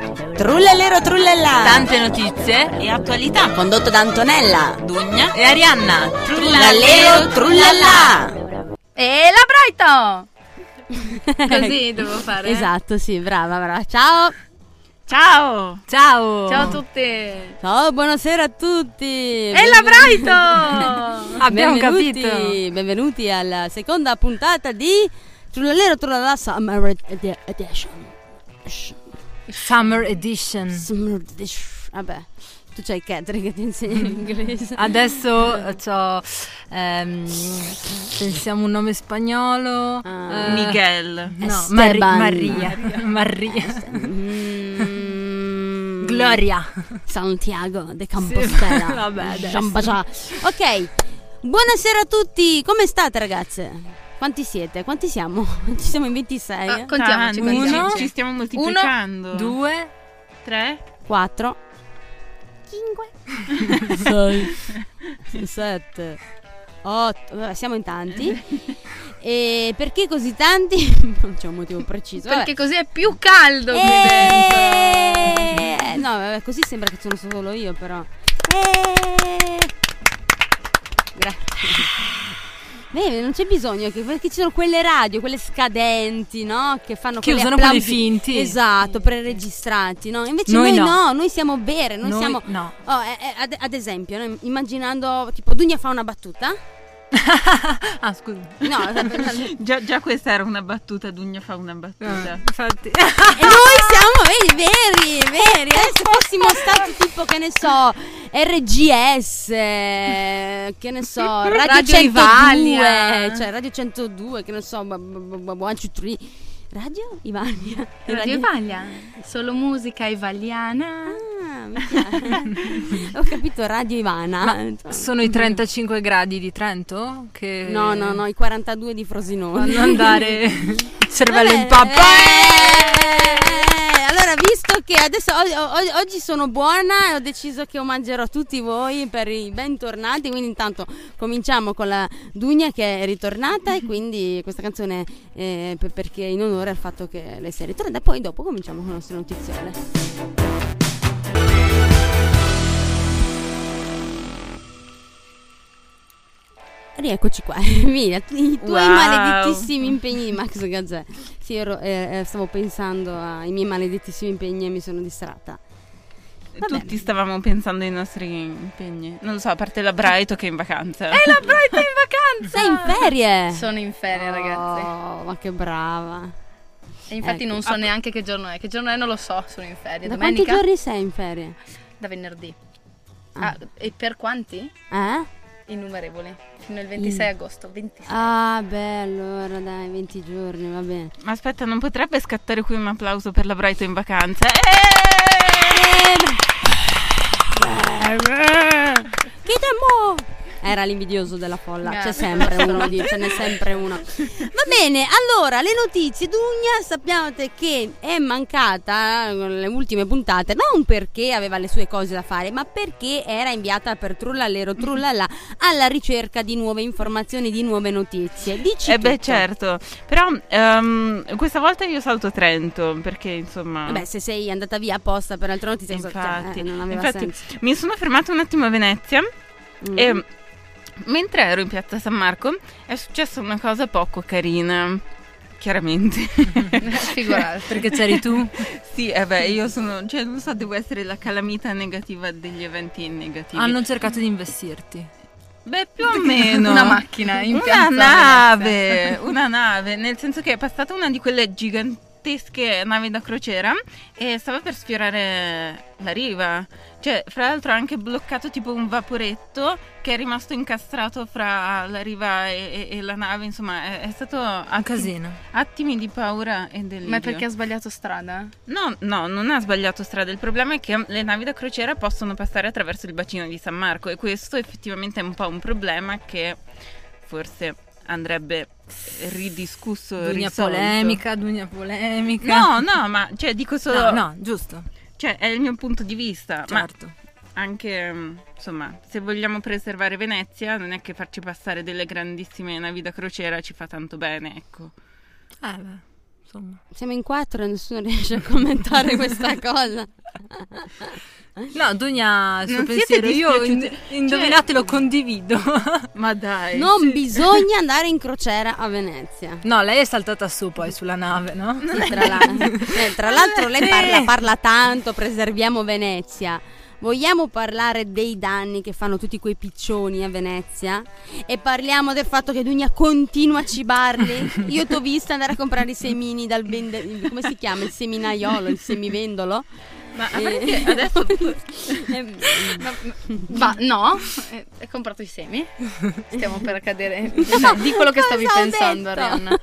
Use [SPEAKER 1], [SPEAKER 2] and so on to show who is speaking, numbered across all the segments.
[SPEAKER 1] Trullallero trullallà.
[SPEAKER 2] Tante notizie
[SPEAKER 1] e attualità. Condotto da Antonella.
[SPEAKER 2] Dugna e Arianna.
[SPEAKER 1] Trullallero trullallà.
[SPEAKER 2] E la Braito! Così devo fare. eh?
[SPEAKER 3] Esatto, sì, brava, brava. Ciao.
[SPEAKER 2] Ciao!
[SPEAKER 3] Ciao.
[SPEAKER 2] Ciao a tutti! E
[SPEAKER 3] Ciao, buonasera a tutti. E
[SPEAKER 2] la Braito! Abbiamo
[SPEAKER 3] benvenuti,
[SPEAKER 2] capito.
[SPEAKER 3] Benvenuti alla seconda puntata di Trullallero Trullallà Summer Edi- Edition.
[SPEAKER 4] Summer Edition.
[SPEAKER 3] Summer Edition. Vabbè, tu c'hai Catherine che ti insegna l'inglese.
[SPEAKER 4] Ah. Adesso c'ho, ehm, pensiamo un nome spagnolo.
[SPEAKER 3] Ah.
[SPEAKER 4] eh,
[SPEAKER 2] Miguel.
[SPEAKER 4] No, Mari-
[SPEAKER 3] Esteban.
[SPEAKER 4] Maria. Maria.
[SPEAKER 3] Mm,
[SPEAKER 4] Gloria.
[SPEAKER 3] Santiago de Compostela.
[SPEAKER 4] Sì, vabbè, adesso.
[SPEAKER 3] Giambagia. Ok, buonasera a tutti. Come state, ragazze? Quanti siete? Quanti siamo? Ci siamo in 26?
[SPEAKER 2] Ah,
[SPEAKER 4] Tanti.
[SPEAKER 2] Contiamoci, contiamoci.
[SPEAKER 4] Uno,
[SPEAKER 2] ci stiamo moltiplicando.
[SPEAKER 4] Due.
[SPEAKER 2] tre.
[SPEAKER 3] 4 5 6 7 8 siamo in tanti e perché così tanti non c'è un motivo preciso
[SPEAKER 2] Perché così è più caldo qui
[SPEAKER 3] Eh!
[SPEAKER 2] dentro.
[SPEAKER 3] Vabbè. Eh, no vabbè, così sembra che sono solo io però Eh. grazie Beh, non c'è bisogno che, perché ci sono quelle radio, quelle scadenti, no? Che fanno
[SPEAKER 4] Che
[SPEAKER 3] quegli
[SPEAKER 4] usano quelli
[SPEAKER 3] applausi-
[SPEAKER 4] finti.
[SPEAKER 3] Esatto, preregistrati, no? Invece noi,
[SPEAKER 4] Noi
[SPEAKER 3] no.
[SPEAKER 4] no.
[SPEAKER 3] noi siamo vere, noi, siamo
[SPEAKER 4] No.
[SPEAKER 3] Oh, eh, eh, ad, ad esempio, no? immaginando tipo Dugna fa una battuta?
[SPEAKER 4] ah, scusa.
[SPEAKER 3] No, e
[SPEAKER 1] Già, già questa era una battuta, Dugna fa una battuta.
[SPEAKER 4] Eh,
[SPEAKER 2] Eh,
[SPEAKER 4] Infatti.
[SPEAKER 3] noi siamo vedi, veri, veri. Eh, se fossimo stati tipo, che ne so, RGS, eh, che ne so, Radio,
[SPEAKER 2] Radio
[SPEAKER 3] 102,
[SPEAKER 2] Ivania.
[SPEAKER 3] cioè Radio 102, che ne so, b- b- b- one, two, three. Radio Ivania.
[SPEAKER 4] eh,
[SPEAKER 2] Radio Italia. Solo musica ivaliana.
[SPEAKER 3] Ah, mi piace. Ho capito Radio
[SPEAKER 1] Ah,
[SPEAKER 3] Ivana.
[SPEAKER 1] eh,
[SPEAKER 3] Insomma.
[SPEAKER 4] Sono
[SPEAKER 1] mm.
[SPEAKER 4] i 35 gradi di Trento? Che...
[SPEAKER 3] No, no, no, i 42 di Frosinone.
[SPEAKER 4] Fanno andare il cervello
[SPEAKER 3] Vabbè,
[SPEAKER 4] in pappa.
[SPEAKER 3] eh, Allora, visto che adesso o- o- oggi sono buona, ho deciso che omagerò tutti voi per i bentornati. Quindi, intanto cominciamo con la Dugna che è ritornata. E quindi questa canzone eh, per- perché in onore al fatto che lei sia ritornata. Poi dopo cominciamo con le nostre notiziole. Rieccoci qua, Emilia, i tuoi
[SPEAKER 1] Wow.
[SPEAKER 3] maledettissimi impegni di Max Gazzè. Sì, ero- eh, eh, stavo pensando ai miei maledettissimi impegni e mi sono distratta. Va bene.
[SPEAKER 1] Tutti stavamo pensando ai nostri impegni. Non lo so, a parte la Braito che è in vacanza.
[SPEAKER 2] E Eh, la Braito è in vacanza.
[SPEAKER 3] Sei in ferie!
[SPEAKER 2] Sono in ferie,
[SPEAKER 3] oh,
[SPEAKER 2] ragazzi.
[SPEAKER 3] ma che brava.
[SPEAKER 2] E infatti
[SPEAKER 3] Ecco.
[SPEAKER 2] non so neanche che giorno è. Che giorno è non lo so, sono in ferie.
[SPEAKER 3] Da quanti
[SPEAKER 2] Domenica?
[SPEAKER 3] giorni sei in ferie?
[SPEAKER 2] Da venerdì.
[SPEAKER 3] Ah.
[SPEAKER 2] Ah, e per quanti?
[SPEAKER 3] Eh?
[SPEAKER 2] Innumerevoli. Fino al 26
[SPEAKER 3] Mm.
[SPEAKER 2] agosto. 26.
[SPEAKER 3] Ah, beh, allora dai, 20 giorni, va bene.
[SPEAKER 1] Ma aspetta, non potrebbe scattare qui un applauso per la Braito in vacanza? Eh!
[SPEAKER 3] Chi temo? Era l'invidioso della folla, c'è
[SPEAKER 2] Grazie.
[SPEAKER 3] sempre uno, di- ce n'è sempre uno. Va bene, allora le notizie. Dugna, sappiate che è mancata eh, le ultime puntate, non perché aveva le sue cose da fare, ma perché era inviata per trullallero trullallà alla ricerca di nuove informazioni, di nuove notizie. Dici
[SPEAKER 1] Eh beh,
[SPEAKER 3] tutto.
[SPEAKER 1] certo. Però ehm, questa volta io salto Trento perché insomma.
[SPEAKER 3] Vabbè, Eh se sei andata via apposta per altre notizie, cosa- cioè,
[SPEAKER 1] infatti,
[SPEAKER 3] eh, non aveva
[SPEAKER 1] infatti, eh,
[SPEAKER 3] senso.
[SPEAKER 1] mi sono fermata un attimo a Venezia
[SPEAKER 3] Mm.
[SPEAKER 1] e mentre ero in piazza San Marco è successa una cosa poco carina. Chiaramente.
[SPEAKER 2] Figurati.
[SPEAKER 4] Perché c'eri tu?
[SPEAKER 1] sì, eh beh, io sono. Cioè, non so, devo essere la calamita negativa degli eventi negativi.
[SPEAKER 4] Hanno cercato di investirti.
[SPEAKER 1] Beh, più o meno.
[SPEAKER 2] Una macchina in
[SPEAKER 1] Una
[SPEAKER 2] piazza
[SPEAKER 1] nave,
[SPEAKER 2] Venezia.
[SPEAKER 1] una nave, nel senso che è passata una di quelle gigantesche navi da crociera e stava per sfiorare la riva. Cioè, fra l'altro ha anche bloccato tipo un vaporetto che è rimasto incastrato fra la riva e, e- e la nave, insomma, è, è stato
[SPEAKER 4] Un
[SPEAKER 1] atti-
[SPEAKER 4] casino.
[SPEAKER 1] attimi di paura e delirio.
[SPEAKER 2] Ma è perché ha sbagliato strada?
[SPEAKER 3] Mm.
[SPEAKER 1] No, no, non ha sbagliato strada. Il problema è che le navi da crociera possono passare attraverso il bacino di San Marco e questo effettivamente è un po' un problema che forse andrebbe eh, ridiscusso e
[SPEAKER 4] Dugna
[SPEAKER 1] risolto.
[SPEAKER 4] polemica, dugna polemica.
[SPEAKER 1] No, no, ma cioè dico solo
[SPEAKER 4] No, no, giusto.
[SPEAKER 1] cioè è il mio punto di vista, ma
[SPEAKER 4] Certo.
[SPEAKER 1] anche mm, insomma, se vogliamo preservare Venezia, non è che farci passare delle grandissime navi da crociera ci fa tanto bene, ecco.
[SPEAKER 4] Eh beh, insomma.
[SPEAKER 3] Siamo in quattro e nessuno riesce a commentare questa cosa.
[SPEAKER 4] Eh? No, Dunia, il suo
[SPEAKER 1] Non siete
[SPEAKER 4] pensiero io in-
[SPEAKER 1] dispiaciuti. Cioè
[SPEAKER 4] indovinate lo condivido.
[SPEAKER 1] Ma
[SPEAKER 2] Eh,
[SPEAKER 1] dai.
[SPEAKER 3] Non bisogna andare in crociera a Venezia.
[SPEAKER 4] No, lei è saltata su poi sulla nave, no?
[SPEAKER 3] Sì, tra, l'al- eh, tra l'altro lei parla, parla tanto, preserviamo Venezia. Vogliamo parlare dei danni che fanno tutti quei piccioni a Venezia? E parliamo del fatto che Dunia continua a cibarli? Io ti ho vista andare a comprare i semini dal vende- come si chiama? Il seminaiolo, il semivendolo?
[SPEAKER 1] Ma a
[SPEAKER 3] Eh.
[SPEAKER 1] parte che adesso
[SPEAKER 3] Eh,
[SPEAKER 2] Ma, ma- no, eh, hai comprato i semi. Stiamo per cadere no, di quello che stavi
[SPEAKER 3] Cosa ho
[SPEAKER 2] pensando,
[SPEAKER 3] detto?
[SPEAKER 2] Arianna.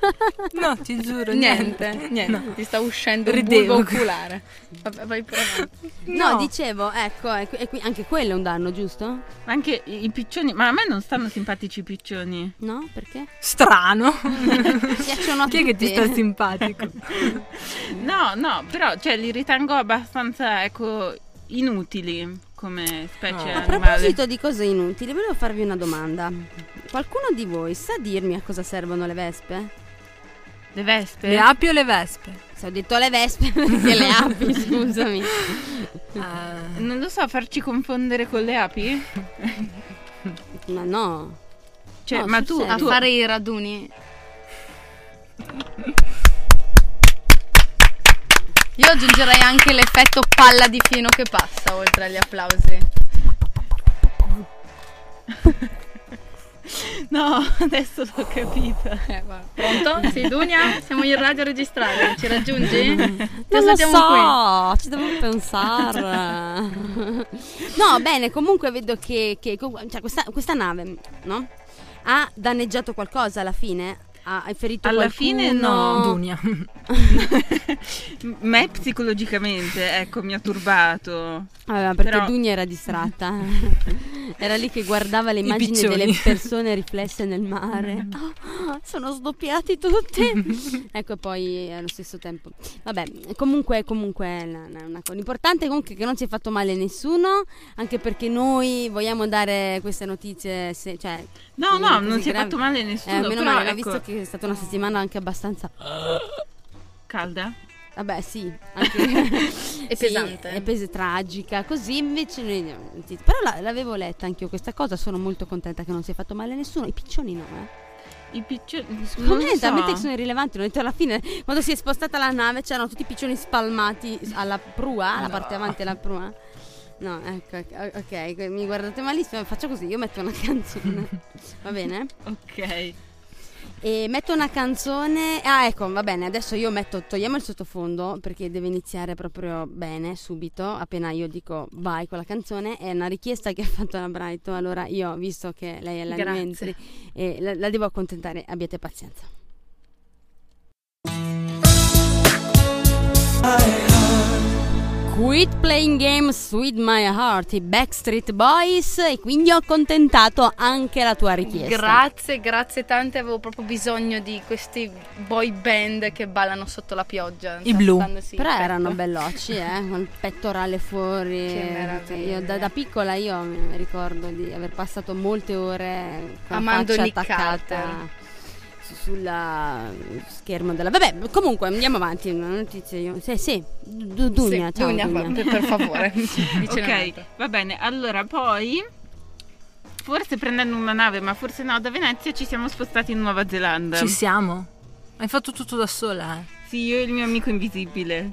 [SPEAKER 4] No, ti giuro.
[SPEAKER 2] Niente, niente.
[SPEAKER 4] No.
[SPEAKER 2] Ti sta uscendo il
[SPEAKER 4] Ridevo.
[SPEAKER 2] bulbo oculare. Vabbè, vai pure avanti.
[SPEAKER 3] No,
[SPEAKER 4] No.
[SPEAKER 3] dicevo, ecco, e qui- e qui- anche quello è un danno, giusto?
[SPEAKER 1] anche i i piccioni, ma a me non stanno simpatici i piccioni.
[SPEAKER 3] No? Perché?
[SPEAKER 4] Strano.
[SPEAKER 3] Piacciono a
[SPEAKER 4] Chi è che ti
[SPEAKER 3] tutti.
[SPEAKER 4] sta simpatico?
[SPEAKER 1] No, no, però cioè, li ritengo abbastanza ecco inutili come specie
[SPEAKER 4] No.
[SPEAKER 3] A
[SPEAKER 1] animale.
[SPEAKER 3] proposito di cose inutili, volevo farvi una domanda. Qualcuno di voi sa dirmi a cosa servono le vespe?
[SPEAKER 1] le vespe?
[SPEAKER 4] Le api o le vespe?
[SPEAKER 3] Se ho detto le vespe, perché le api, scusami.
[SPEAKER 4] Eh,
[SPEAKER 1] non lo so, farci confondere con le api?
[SPEAKER 3] Ma no.
[SPEAKER 1] Cioè,
[SPEAKER 3] No,
[SPEAKER 1] ma
[SPEAKER 3] sul
[SPEAKER 1] tu,
[SPEAKER 3] serio.
[SPEAKER 2] A
[SPEAKER 1] tu-
[SPEAKER 2] fare i raduni. Io aggiungerei anche l'effetto palla di fieno che passa oltre agli applausi.
[SPEAKER 1] No, adesso l'ho capita.
[SPEAKER 2] Eh, va. Pronto? Sei Dunia? Siamo in radio a registrare, ci raggiungi? Ti
[SPEAKER 3] Non lo
[SPEAKER 2] aspettiamo qui.
[SPEAKER 3] so, ci devo pensare. no, bene, comunque vedo che, che- cioè, questa, questa nave, no? Ha danneggiato qualcosa alla fine? Ha ha ferito
[SPEAKER 1] Alla
[SPEAKER 3] qualcuno?
[SPEAKER 1] fine no.
[SPEAKER 4] Eh, Dunia.
[SPEAKER 1] M- Me psicologicamente, ecco, mi ha turbato.
[SPEAKER 3] Vabbè, perché
[SPEAKER 1] Però-
[SPEAKER 3] Dunia era distratta. era lì che guardava le
[SPEAKER 4] I
[SPEAKER 3] immagini
[SPEAKER 4] piccioni.
[SPEAKER 3] delle persone riflesse nel mare. Ah, sono sdoppiati tutti. ecco, poi allo stesso tempo. Vabbè, comunque, comunque, la- la- una co- l'importante è comunque che non si è fatto male nessuno, anche perché noi vogliamo dare queste notizie, se- cioè,
[SPEAKER 1] No,
[SPEAKER 3] Mm,
[SPEAKER 1] no,
[SPEAKER 3] così
[SPEAKER 1] non si è
[SPEAKER 3] grave.
[SPEAKER 1] fatto male a
[SPEAKER 3] eh,
[SPEAKER 1] nessuno,
[SPEAKER 3] almeno
[SPEAKER 1] però
[SPEAKER 3] male, ho
[SPEAKER 1] ecco,
[SPEAKER 3] visto che è stata una settimana anche abbastanza...
[SPEAKER 1] calda.
[SPEAKER 3] Vabbè, sì, anche...
[SPEAKER 2] È
[SPEAKER 3] Sì,
[SPEAKER 2] pesante.
[SPEAKER 3] È pes- tragica, così invece noi... Però la- l'avevo letta anche io questa cosa, sono molto contenta che non si è fatto male a nessuno, i piccioni no, eh.
[SPEAKER 1] I piccioni non
[SPEAKER 3] Contenta, talmente
[SPEAKER 1] so.
[SPEAKER 3] che sono irrilevanti, l'ho detto alla fine, quando si è spostata la nave c'erano tutti i piccioni spalmati alla prua, alla parte avanti alla prua. No, ecco, ok, ok, que- mi guardate malissimo, faccio così, io metto una canzone. Va bene?
[SPEAKER 1] Ok.
[SPEAKER 3] E metto una canzone. Ah, ecco, va bene. Adesso io metto. Togliamo il sottofondo perché deve iniziare proprio bene, subito. Appena io dico vai con la canzone. È una richiesta che ha fatto la Brighton. Allora io, visto che lei è la
[SPEAKER 2] Grazie.
[SPEAKER 3] Limentri, eh, la, la devo accontentare. Abbiate pazienza. Quit playing games with my heart, i Backstreet Boys. E quindi ho accontentato anche la tua richiesta.
[SPEAKER 2] Grazie, grazie tante. Avevo proprio bisogno di questi boy band che ballano sotto la pioggia.
[SPEAKER 4] I blu.
[SPEAKER 2] Standosi
[SPEAKER 3] Però
[SPEAKER 2] in petto.
[SPEAKER 3] erano belloci, eh, con il pettorale fuori.
[SPEAKER 2] certo. Che meraviglia.
[SPEAKER 3] Io da, da piccola io mi ricordo di aver passato molte ore con
[SPEAKER 2] Amando
[SPEAKER 3] la
[SPEAKER 2] Nick
[SPEAKER 3] faccia attaccata
[SPEAKER 2] Carter.
[SPEAKER 3] su- sulla schermo della... Vabbè, comunque andiamo avanti, una notizia io... Sì, sì, Du- Dunia,
[SPEAKER 2] Sì,
[SPEAKER 3] ciao
[SPEAKER 2] Dunia,
[SPEAKER 3] Dunia.
[SPEAKER 2] per, per favore. Dicene un'altra.
[SPEAKER 1] ok, va bene. Allora, poi forse prendendo una nave, ma forse no, da Venezia ci siamo spostati in Nuova Zelanda.
[SPEAKER 4] Ci siamo. Hai fatto tutto da sola, eh.
[SPEAKER 1] Sì, io e il mio amico invisibile.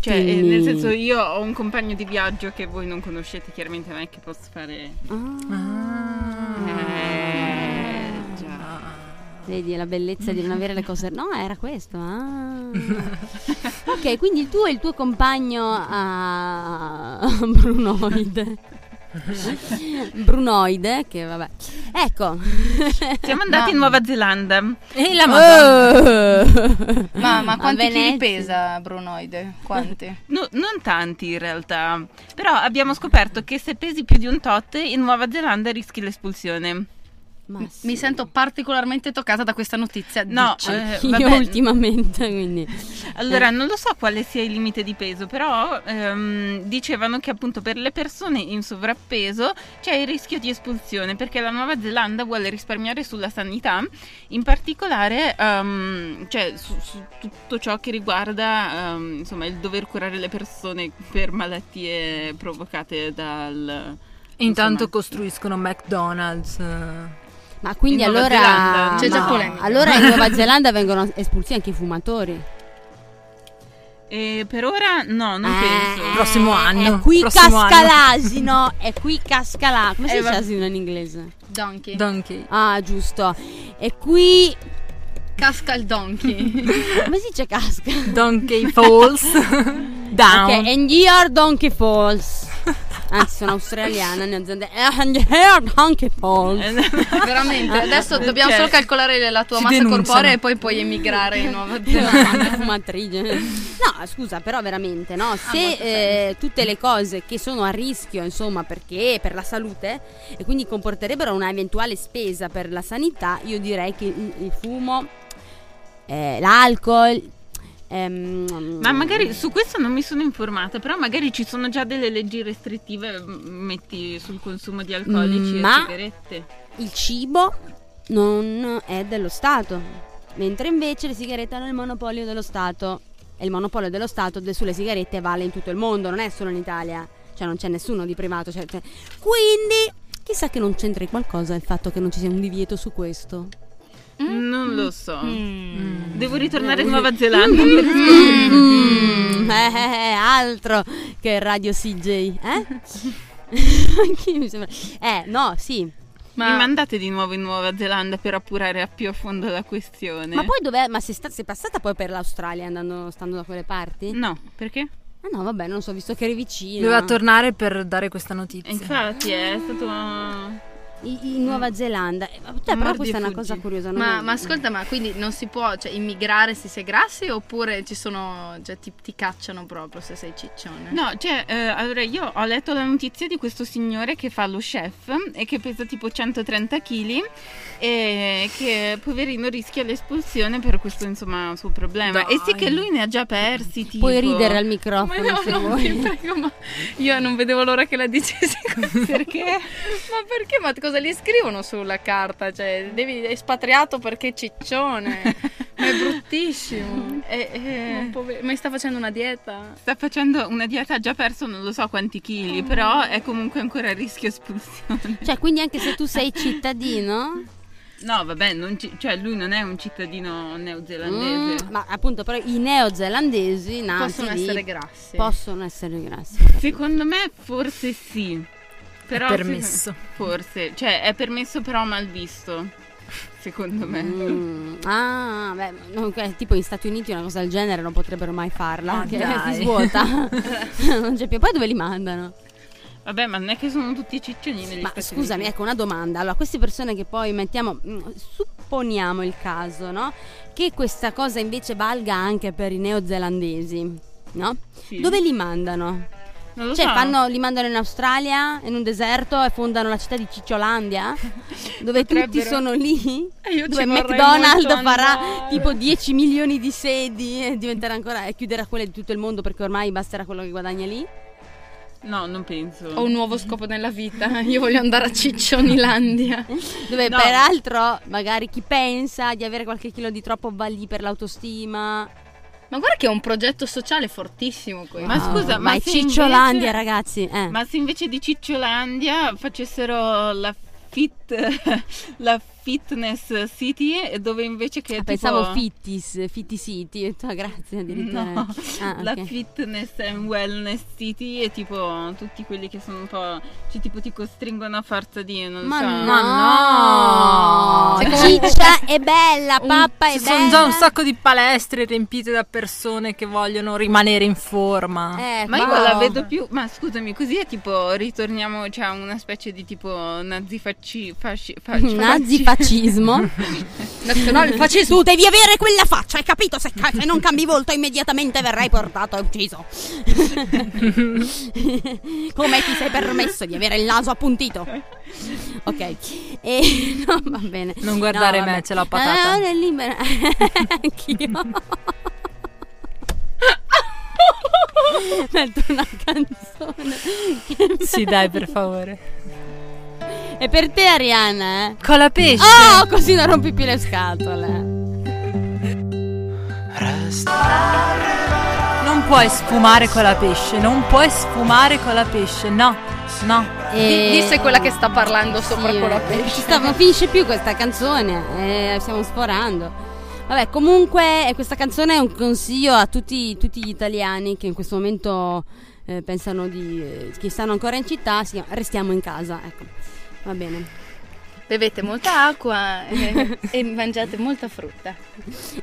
[SPEAKER 1] Cioè, eh,
[SPEAKER 3] Quindi-
[SPEAKER 1] nel senso, io ho un compagno di viaggio che voi non conoscete, chiaramente non è che posso fare.
[SPEAKER 2] Ah.
[SPEAKER 3] Ah.
[SPEAKER 1] Eh, già.
[SPEAKER 3] Vedi la bellezza di non avere le cose. No, era questo. ah. ok, quindi tu e il tuo compagno ah, Brunoide. Brunoide, che vabbè. Ecco.
[SPEAKER 1] Siamo andati in Nuova Zelanda.
[SPEAKER 4] E la
[SPEAKER 3] Oh.
[SPEAKER 2] Ma, ma
[SPEAKER 3] A
[SPEAKER 2] quanti chili
[SPEAKER 3] Venezia.
[SPEAKER 2] pesa Brunoide? Quanti?
[SPEAKER 1] No, non tanti in realtà, però abbiamo scoperto che se pesi più di un tot in Nuova Zelanda rischi l'espulsione.
[SPEAKER 3] Ma sì. Ah,
[SPEAKER 2] Mi sento particolarmente toccata da questa notizia.
[SPEAKER 1] No,
[SPEAKER 2] dici.
[SPEAKER 1] eh,
[SPEAKER 3] Io
[SPEAKER 1] vabbè.
[SPEAKER 3] ultimamente, quindi.
[SPEAKER 1] Allora, non lo so quale sia il limite di peso, però ehm, dicevano che appunto per le persone in sovrappeso c'è il rischio di espulsione perché la Nuova Zelanda vuole risparmiare sulla sanità, in particolare ehm, cioè, su, su tutto ciò che riguarda ehm, insomma, il dover curare le persone per malattie provocate dal...
[SPEAKER 4] Intanto
[SPEAKER 1] insomma.
[SPEAKER 4] costruiscono McDonald's. eh.
[SPEAKER 3] Ma quindi
[SPEAKER 1] In Nuova
[SPEAKER 3] allora.
[SPEAKER 1] Zelanda,
[SPEAKER 2] C'è già
[SPEAKER 3] ma-
[SPEAKER 2] polemica.
[SPEAKER 3] Allora in Nuova Zelanda vengono espulsi anche i fumatori.
[SPEAKER 1] E per ora no, non
[SPEAKER 3] Eh,
[SPEAKER 1] penso.
[SPEAKER 4] Prossimo anno,
[SPEAKER 3] E qui
[SPEAKER 4] prossimo
[SPEAKER 3] casca
[SPEAKER 4] anno.
[SPEAKER 3] l'asino. E qui casca l'asino. Come si
[SPEAKER 2] Eh,
[SPEAKER 3] dice
[SPEAKER 2] va-
[SPEAKER 3] asino in inglese?
[SPEAKER 2] Donkey.
[SPEAKER 4] Donkey.
[SPEAKER 3] Ah, giusto. E qui.
[SPEAKER 2] Casca il donkey.
[SPEAKER 3] Come si dice casca?
[SPEAKER 4] Donkey Falls. Down.
[SPEAKER 3] Ok, and here Donkey Falls. Anzi, sono australiana, neozelandese. And here Donkey Falls.
[SPEAKER 2] Veramente. Adesso dobbiamo
[SPEAKER 1] Cioè,
[SPEAKER 2] solo calcolare la tua
[SPEAKER 4] si
[SPEAKER 2] massa
[SPEAKER 4] denunciano.
[SPEAKER 2] corporea e poi puoi emigrare in Nuova Zelanda.
[SPEAKER 3] Una fumatrice. No, scusa, però veramente, no? Se
[SPEAKER 2] molto
[SPEAKER 3] eh, tutte le cose che sono a rischio, insomma, perché per la salute e quindi comporterebbero una eventuale spesa per la sanità, io direi che il, il fumo, eh, l'alcol. ehm,
[SPEAKER 1] Ma magari su questo non mi sono informata, però magari ci sono già delle leggi restrittive, m- metti sul consumo di alcolici
[SPEAKER 3] Ma-
[SPEAKER 1] e sigarette.
[SPEAKER 3] il cibo non è dello Stato, mentre invece le sigarette hanno il monopolio dello Stato. E il monopolio dello Stato de- sulle sigarette vale in tutto il mondo, non è solo in Italia. Cioè non c'è nessuno di privato. cioè- cioè- Quindi chissà che non c'entri qualcosa il fatto che non ci sia un divieto su questo.
[SPEAKER 1] Non lo so.
[SPEAKER 2] Mm.
[SPEAKER 1] Devo ritornare in Nuova Zelanda. per scoprire.
[SPEAKER 3] Mm, eh, eh, eh, altro che Radio CJ, eh? Anche io mi sembra- Eh, no, sì.
[SPEAKER 1] Mi
[SPEAKER 2] Ma
[SPEAKER 1] mandate di nuovo in Nuova Zelanda per appurare a più a fondo la questione.
[SPEAKER 3] Ma poi dov'è? Ma sei, sta- sei passata poi per l'Australia andando, stando da quelle parti?
[SPEAKER 1] No, perché?
[SPEAKER 3] Ah no, vabbè, non so, visto che eri vicino.
[SPEAKER 4] Doveva tornare per dare questa notizia.
[SPEAKER 1] Infatti è stato...
[SPEAKER 3] I- in Nuova Zelanda. Eh, ma- cioè, però
[SPEAKER 1] Mordi e
[SPEAKER 3] questa è una
[SPEAKER 1] fuggi.
[SPEAKER 3] cosa curiosa. non
[SPEAKER 2] Ma,
[SPEAKER 3] è-
[SPEAKER 2] ma ascolta, ma quindi non si può cioè, immigrare se sei grassi oppure ci sono, cioè, ti, ti cacciano proprio se sei ciccione?
[SPEAKER 1] No, cioè, eh, allora io ho letto la notizia di questo signore che fa lo chef e che pesa tipo 130 kg e che poverino rischia l'espulsione per questo insomma suo problema. E sì
[SPEAKER 4] Dai.
[SPEAKER 1] che lui ne ha già persi, tipo.
[SPEAKER 3] Puoi ridere al
[SPEAKER 2] Ma
[SPEAKER 3] microfono
[SPEAKER 2] no,
[SPEAKER 3] se
[SPEAKER 2] no,
[SPEAKER 3] vuoi.
[SPEAKER 2] ti prego, ma io non vedevo l'ora che la dicessi così.
[SPEAKER 1] Perché?
[SPEAKER 2] Ma perché? Ma cosa li scrivono sulla carta? Cioè, devi espatriato perché ciccione. Ma è bruttissimo.
[SPEAKER 1] Eh, eh,
[SPEAKER 2] Ma pover- Ma sta facendo una dieta?
[SPEAKER 1] Sta facendo una dieta, ha già perso non lo so quanti chili, però è comunque ancora a rischio espulsione.
[SPEAKER 3] Cioè, quindi anche se tu sei cittadino,
[SPEAKER 1] No, vabbè, non ci- cioè lui non è un cittadino neozelandese.
[SPEAKER 3] mm, ma appunto, però i neozelandesi nati
[SPEAKER 2] Possono
[SPEAKER 3] lì
[SPEAKER 2] essere grassi.
[SPEAKER 3] possono essere grassi.
[SPEAKER 1] Secondo me forse sì. Però
[SPEAKER 4] È
[SPEAKER 1] se-
[SPEAKER 4] permesso.
[SPEAKER 1] forse, cioè è permesso però mal visto, secondo
[SPEAKER 2] Eh.
[SPEAKER 1] me.
[SPEAKER 3] Mm, ah, beh, non- eh, tipo in Stati Uniti una cosa del genere non potrebbero mai farla.
[SPEAKER 4] Ma
[SPEAKER 1] Ah,
[SPEAKER 3] Perché
[SPEAKER 4] dai.
[SPEAKER 3] si svuota. non c'è più. Poi dove li mandano?
[SPEAKER 1] Vabbè, ma non è che sono tutti ciccioni negli
[SPEAKER 3] Ma
[SPEAKER 1] Stati
[SPEAKER 3] scusami,
[SPEAKER 1] Uniti.
[SPEAKER 3] ecco una domanda. Allora, queste persone che poi mettiamo, mm, supponiamo il caso, no? Che questa cosa invece valga anche per i neozelandesi, no?
[SPEAKER 1] Sì.
[SPEAKER 3] Dove li mandano?
[SPEAKER 1] Non lo
[SPEAKER 3] Cioè,
[SPEAKER 1] so.
[SPEAKER 3] fanno- li mandano in Australia, in un deserto e fondano la città di Cicciolandia? dove tutti
[SPEAKER 1] Potrebbero.
[SPEAKER 3] sono lì?
[SPEAKER 2] Eh, io ci
[SPEAKER 3] Dove
[SPEAKER 2] vorrei
[SPEAKER 3] McDonald's
[SPEAKER 2] molto
[SPEAKER 3] farà
[SPEAKER 2] andare.
[SPEAKER 3] tipo 10 milioni di sedi e diventerà ancora e chiuderà quelle di tutto il mondo perché ormai basterà quello che guadagna lì?
[SPEAKER 1] No, non penso.
[SPEAKER 2] Ho un nuovo scopo nella vita. Io voglio andare a Ciccionilandia.
[SPEAKER 3] Dove
[SPEAKER 1] No.
[SPEAKER 3] peraltro magari chi pensa di avere qualche chilo di troppo va lì per l'autostima.
[SPEAKER 2] Ma guarda che è un progetto sociale fortissimo questo.
[SPEAKER 1] Ma
[SPEAKER 3] Wow.
[SPEAKER 1] scusa, ma
[SPEAKER 3] è
[SPEAKER 1] se
[SPEAKER 3] Cicciolandia
[SPEAKER 1] invece-
[SPEAKER 3] ragazzi. eh.
[SPEAKER 1] Ma se invece di Cicciolandia facessero la fit la fitness city dove invece che
[SPEAKER 3] Ah,
[SPEAKER 1] tipo-
[SPEAKER 3] Pensavo Fittis, Fitti City, ho detto, ah, grazie addirittura.
[SPEAKER 1] No,
[SPEAKER 3] Ah,
[SPEAKER 1] la
[SPEAKER 3] ok.
[SPEAKER 1] fitness and wellness city e tipo tutti quelli che sono un po' cioè tipo ti costringono a forza di non
[SPEAKER 3] Ma
[SPEAKER 1] so
[SPEAKER 3] no,
[SPEAKER 4] Ma no!
[SPEAKER 3] ciccia è bella,
[SPEAKER 2] Un-
[SPEAKER 3] pappa è
[SPEAKER 4] Ci
[SPEAKER 3] bella.
[SPEAKER 4] sono già un sacco di palestre riempite da persone che vogliono rimanere in forma.
[SPEAKER 3] Eh,
[SPEAKER 1] Ma io
[SPEAKER 3] qua-
[SPEAKER 1] la vedo più, ma scusami, così è tipo, ritorniamo, cioè a una specie di tipo nazifacci, fasci, facci,
[SPEAKER 3] Nazifascismo.
[SPEAKER 2] Nazionale fascismo.
[SPEAKER 3] Tu devi avere quella faccia, hai capito? Se, ca- se non cambi volto immediatamente verrai portato e ucciso. Come ti sei permesso di avere il naso appuntito? Ok, e, no, va bene.
[SPEAKER 4] Non guardare
[SPEAKER 3] No, vabbè.
[SPEAKER 4] me, c'è la patata.
[SPEAKER 3] Ah, è libera. Anch'io. Metto una canzone.
[SPEAKER 4] Sì, dai, per favore.
[SPEAKER 3] E per te, Ariana, eh?
[SPEAKER 4] Con la pesce.
[SPEAKER 3] Oh, così non rompi più le scatole.
[SPEAKER 4] Non puoi sfumare con la pesce, non puoi sfumare con la pesce, no, no.
[SPEAKER 2] Di- Disse quella che sta parlando sopra
[SPEAKER 3] Eh, Sì,
[SPEAKER 2] con la
[SPEAKER 3] eh, ci
[SPEAKER 2] pesce.
[SPEAKER 3] sta- non finisce più questa canzone, eh, stiamo sforando. Vabbè, comunque eh, questa canzone è un consiglio a tutti, tutti gli italiani che in questo momento eh, pensano di... eh, che stanno ancora in città, si chiama restiamo in casa, ecco. Va bene.
[SPEAKER 2] Bevete molta acqua eh, e mangiate molta frutta.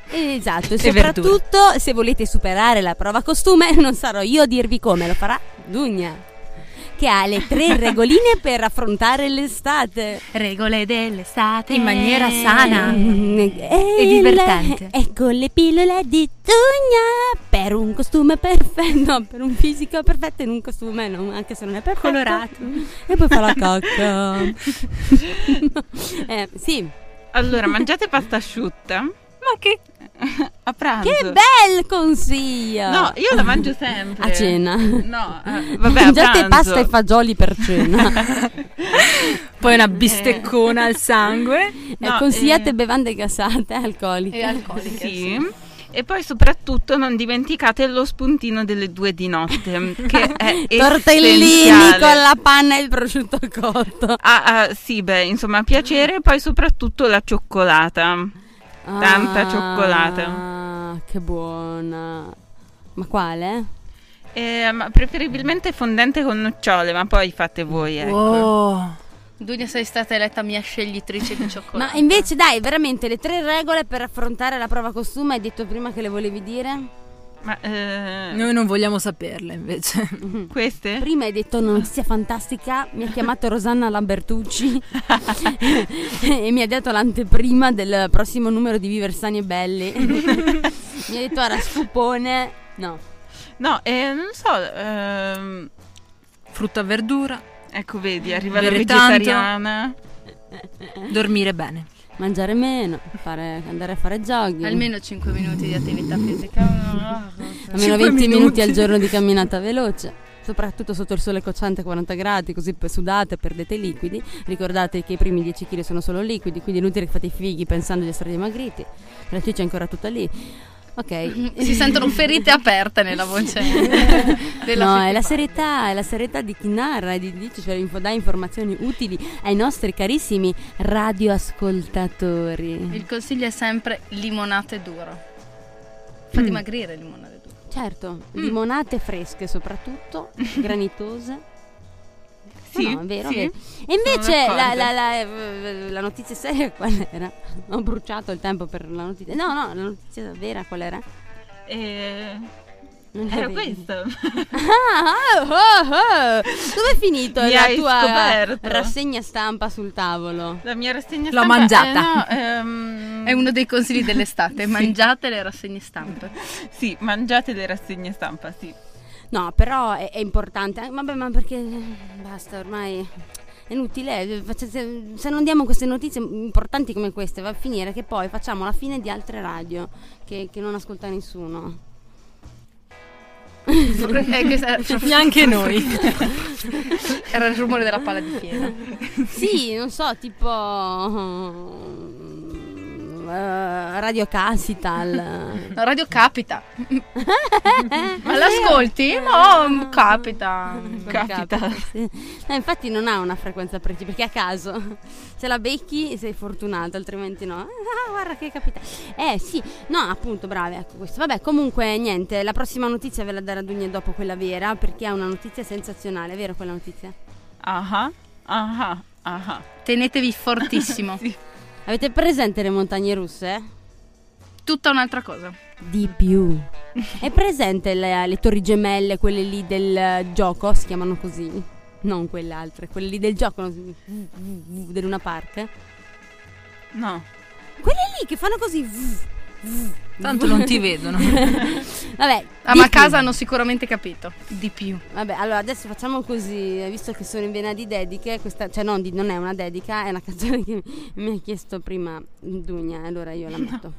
[SPEAKER 3] Esatto, e
[SPEAKER 4] E
[SPEAKER 3] soprattutto se volete superare la prova costume non sarò io a dirvi come, lo farà Dugna, che ha le tre regoline per affrontare l'estate.
[SPEAKER 4] Regole dell'estate in maniera
[SPEAKER 2] Eh.
[SPEAKER 4] sana.
[SPEAKER 3] Mm, E,
[SPEAKER 4] divertente.
[SPEAKER 3] la- Ecco le pillole di Dugna per un costume perfetto, no, per un fisico perfetto in un costume, non- anche se non è perfetto.
[SPEAKER 4] Colorato.
[SPEAKER 3] E poi fa la cocca. Eh, sì,
[SPEAKER 1] Allora, mangiate pasta asciutta
[SPEAKER 4] Ma che
[SPEAKER 1] a pranzo.
[SPEAKER 3] che bel consiglio!
[SPEAKER 1] No, io la mangio sempre.
[SPEAKER 3] A cena.
[SPEAKER 1] No, eh, vabbè,
[SPEAKER 3] Mangiate
[SPEAKER 1] a pranzo.
[SPEAKER 3] pasta e fagioli per cena.
[SPEAKER 4] poi una bisteccona al sangue.
[SPEAKER 1] No,
[SPEAKER 3] Eh, consigliate
[SPEAKER 1] eh.
[SPEAKER 3] bevande gasate alcoliche.
[SPEAKER 2] E alcoliche.
[SPEAKER 1] Sì. E poi soprattutto non dimenticate lo spuntino delle due di notte, che è
[SPEAKER 3] Tortellini
[SPEAKER 1] essenziale.
[SPEAKER 3] con la panna e il prosciutto cotto.
[SPEAKER 1] Ah, ah, sì, beh, insomma, piacere e poi soprattutto la cioccolata. Tanta
[SPEAKER 3] Ah,
[SPEAKER 1] cioccolata.
[SPEAKER 3] Che buona. Ma quale?
[SPEAKER 1] Eh, ma preferibilmente fondente con nocciole, ma poi fate voi, ecco.
[SPEAKER 4] Oh.
[SPEAKER 2] Dugna sei stata eletta mia sceglitrice di
[SPEAKER 3] Ma
[SPEAKER 2] cioccolato.
[SPEAKER 3] invece dai, veramente le tre regole per affrontare la prova costume, hai detto prima che le volevi dire?
[SPEAKER 1] Ma eh,
[SPEAKER 4] Noi non vogliamo saperle invece.
[SPEAKER 1] queste?
[SPEAKER 3] Prima hai detto non sia fantastica, mi ha chiamato Rosanna Lambertucci e mi ha dato l'anteprima del prossimo numero di Viversani e Belli. mi ha detto era stupone. No,
[SPEAKER 1] No, eh, non so. ehm,
[SPEAKER 4] Frutta e verdura,
[SPEAKER 1] ecco, vedi, arriva la
[SPEAKER 4] Bere tanto.
[SPEAKER 1] vegetariana.
[SPEAKER 4] dormire bene.
[SPEAKER 3] mangiare meno, fare- andare a fare jogging.
[SPEAKER 2] Almeno 5 minuti di attività fisica.
[SPEAKER 3] almeno
[SPEAKER 4] Cinque
[SPEAKER 3] 20 minuti.
[SPEAKER 4] minuti.
[SPEAKER 3] al giorno di camminata veloce. Soprattutto sotto il sole cocciante a 40 gradi, così per- sudate, perdete i liquidi. Ricordate che i primi 10 kg sono solo liquidi, quindi è inutile che fate i fighi pensando di essere dimagriti. La ticcia è ancora tutta lì. Ok.
[SPEAKER 2] Si sentono ferite aperte nella voce. della
[SPEAKER 3] no,
[SPEAKER 2] Fittipaldi.
[SPEAKER 3] è la serietà, è la serietà di chi narra e di di ci dà informazioni utili ai nostri carissimi radioascoltatori.
[SPEAKER 2] Il consiglio è sempre limonate duro. Fa
[SPEAKER 3] Mm.
[SPEAKER 2] dimagrire il limonate duro.
[SPEAKER 3] Certo, limonate fresche soprattutto, granitose.
[SPEAKER 1] Sì,
[SPEAKER 3] No, è vero,
[SPEAKER 1] sì.
[SPEAKER 3] è vero. E invece
[SPEAKER 1] Sono
[SPEAKER 3] la,
[SPEAKER 1] d'accordo.
[SPEAKER 3] la- eh, la- la notizia seria qual era? Ho bruciato il tempo per la notizia. No, no, la notizia vera qual era?
[SPEAKER 1] Eh,
[SPEAKER 3] Non
[SPEAKER 1] era
[SPEAKER 3] l'avevi.
[SPEAKER 1] questo.
[SPEAKER 3] Ah, oh, oh, oh. Dove è finito
[SPEAKER 1] Mi
[SPEAKER 3] la
[SPEAKER 1] hai
[SPEAKER 3] tua
[SPEAKER 1] scoperto.
[SPEAKER 3] rassegna stampa sul tavolo?
[SPEAKER 1] La mia rassegna
[SPEAKER 4] L'ho
[SPEAKER 1] stampa, eh,
[SPEAKER 4] mangiata.
[SPEAKER 1] no, ehm,
[SPEAKER 2] È uno dei consigli dell'estate, mangiate le rassegne stampe.
[SPEAKER 1] Sì, mangiate le rassegne stampa, sì.
[SPEAKER 3] No, però è, è importante. Eh, Vabbè, ma perché eh, basta ormai. È inutile, eh, faccia- se se non diamo queste notizie importanti come queste va a finire che poi facciamo la fine di altre radio che, che non ascolta nessuno.
[SPEAKER 2] Eh, questo era,
[SPEAKER 4] Neanche noi.
[SPEAKER 2] era il rumore della palla di fieno.
[SPEAKER 3] Sì, non so, tipo mm, eh, Radio Casital.
[SPEAKER 2] No, Radio Capita.
[SPEAKER 3] Eh,
[SPEAKER 2] Ma l'ascolti? No, mm, capita.
[SPEAKER 1] Capita.
[SPEAKER 3] Mm, Sì. No, infatti non ha una frequenza precisa perché a caso se la becchi sei fortunato, altrimenti no. Ah, guarda che capita. Eh sì, no, appunto, brave, ecco questo. Vabbè, comunque niente, la prossima notizia ve la darà Dugna dopo quella vera perché è una notizia sensazionale, vero quella notizia?
[SPEAKER 1] Ah, ah, ah.
[SPEAKER 2] Tenetevi fortissimo.
[SPEAKER 3] Avete presente le montagne russe?
[SPEAKER 2] Tutta un'altra cosa.
[SPEAKER 3] Di più. È presente le, le torri gemelle, quelle lì del eh, gioco, si chiamano così? Non quelle altre, quelle lì del gioco, no? del Luna Park.
[SPEAKER 1] No.
[SPEAKER 3] Quelle lì che fanno così.
[SPEAKER 4] Tanto non ti vedono.
[SPEAKER 3] Vabbè,
[SPEAKER 2] Ah,
[SPEAKER 3] di
[SPEAKER 2] ma
[SPEAKER 3] più.
[SPEAKER 2] a casa hanno sicuramente capito.
[SPEAKER 1] Di più.
[SPEAKER 3] Vabbè, allora adesso facciamo così, eh, visto che sono in vena di dediche, questa, cioè non, di- non è una dedica, è una canzone che mi ha chiesto prima Dugna, e allora io la metto.